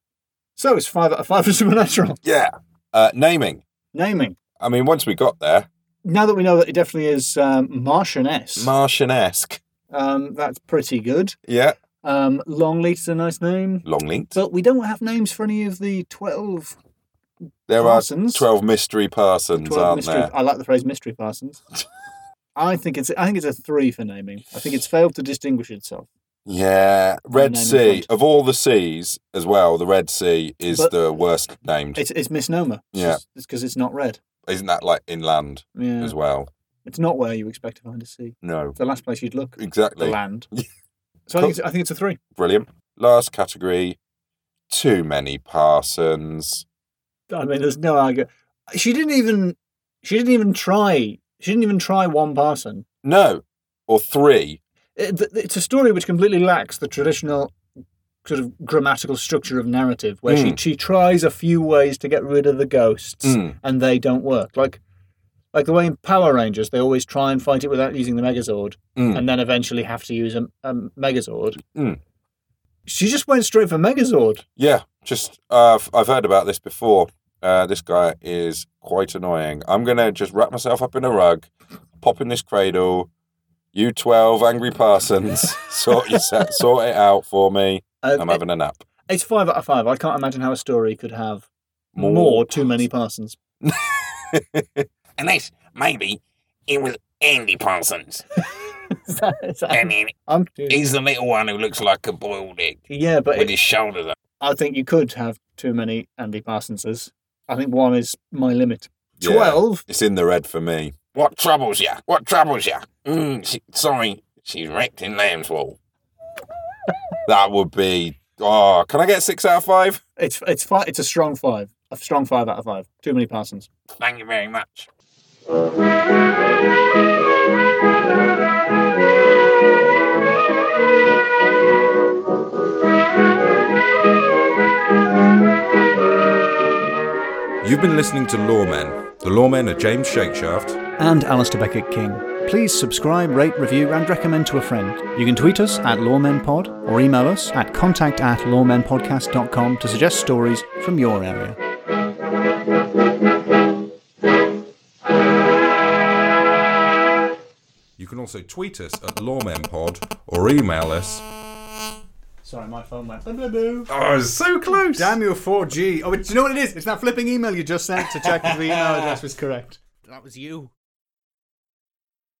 [SPEAKER 5] So it's five out of five for supernatural
[SPEAKER 2] Yeah. Uh, naming.
[SPEAKER 5] naming.
[SPEAKER 2] I mean, once we got there,
[SPEAKER 5] Now that we know that it definitely is um, Martianess,
[SPEAKER 2] Martian esque.
[SPEAKER 5] um, that's pretty good.
[SPEAKER 2] Yeah.
[SPEAKER 5] Um, Longleat is a nice name,
[SPEAKER 2] Long linked.
[SPEAKER 5] but we don't have names for any of the twelve
[SPEAKER 2] There
[SPEAKER 5] Parsons.
[SPEAKER 2] are 12 mystery parsons,
[SPEAKER 5] 12
[SPEAKER 2] aren't
[SPEAKER 5] mystery,
[SPEAKER 2] there?
[SPEAKER 5] I like the phrase mystery parsons. I think it's I think it's a three for naming. I think it's failed to distinguish itself.
[SPEAKER 2] Yeah.
[SPEAKER 5] name
[SPEAKER 2] Red
[SPEAKER 5] in
[SPEAKER 2] Sea.
[SPEAKER 5] front.
[SPEAKER 2] Of all the seas as well, the Red Sea is
[SPEAKER 5] But-
[SPEAKER 2] the worst named.
[SPEAKER 5] It's it's misnomer.
[SPEAKER 2] Yeah.
[SPEAKER 5] it's because it's not red.
[SPEAKER 2] Isn't that like inland
[SPEAKER 5] Yeah,
[SPEAKER 2] as well?
[SPEAKER 5] it's not where you expect to find a sea.
[SPEAKER 2] No.
[SPEAKER 5] It's the last place you'd look. The
[SPEAKER 2] Exactly.
[SPEAKER 5] land. So I, think it's, I think it's a three.
[SPEAKER 2] Brilliant. Last category. Too many parsons.
[SPEAKER 5] I mean, there's no argument. She didn't even she didn't even try. She didn't even try one parson.
[SPEAKER 2] No. Or three.
[SPEAKER 5] It- th- it's a story which completely lacks the traditional sort of grammatical structure of narrative, where
[SPEAKER 2] Mm.
[SPEAKER 5] she, she tries a few ways to get rid of the ghosts,
[SPEAKER 2] Mm.
[SPEAKER 5] and they don't work. Like like the way in Power Rangers, they always try and fight it without using the Megazord,
[SPEAKER 2] Mm.
[SPEAKER 5] and then eventually have to use a, a Megazord.
[SPEAKER 2] Mm.
[SPEAKER 5] She just went straight for Megazord.
[SPEAKER 2] Yeah, just uh, I've- I've heard about this before. Uh, this guy is quite annoying. I'm gonna just wrap myself up in a rug, pop in this cradle. You twelve angry parsons, sort your set, sort it out for me.
[SPEAKER 5] Uh,
[SPEAKER 2] I'm
[SPEAKER 5] it-
[SPEAKER 2] having a nap.
[SPEAKER 5] it's five out of five. I can't imagine how a story could have more,
[SPEAKER 2] More
[SPEAKER 5] too many Parsons.
[SPEAKER 6] Unless maybe it was Andy Parsons.
[SPEAKER 5] Is that- is that-
[SPEAKER 6] I mean,
[SPEAKER 5] I'm-
[SPEAKER 6] he's the little one who looks like a boiled egg
[SPEAKER 5] yeah, but
[SPEAKER 6] with
[SPEAKER 5] it-
[SPEAKER 6] his shoulders up.
[SPEAKER 5] I think you could have too many Andy Parsonses. I think one is my limit.
[SPEAKER 2] Yeah,
[SPEAKER 5] Twelve.
[SPEAKER 2] it's in the red for me.
[SPEAKER 6] What troubles ya? What troubles ya? Mm, she, sorry, she's wrecked in Lamb's Wall.
[SPEAKER 2] That would be. Oh, can I get six out of five?
[SPEAKER 5] It's it's five. It's a strong five. A strong five out of five. Too many Parsons.
[SPEAKER 6] Thank you very much.
[SPEAKER 7] You've been listening to Lawmen. The Lawmen are James Shakeshaft,
[SPEAKER 1] and Alistair Beckett King. Please subscribe, rate, review, and recommend to a friend. You can tweet us at lawmenpod or email us at contact at lawmenpodcast.com to suggest stories from your area.
[SPEAKER 7] You can also tweet us at LawmenPod or email us.
[SPEAKER 5] Sorry, my phone went. Blah, blah, blah.
[SPEAKER 7] Oh, it's so close!
[SPEAKER 1] your 4G. Oh, do you know what it is? It's that flipping email you just sent to check if the email address was correct.
[SPEAKER 8] That was you.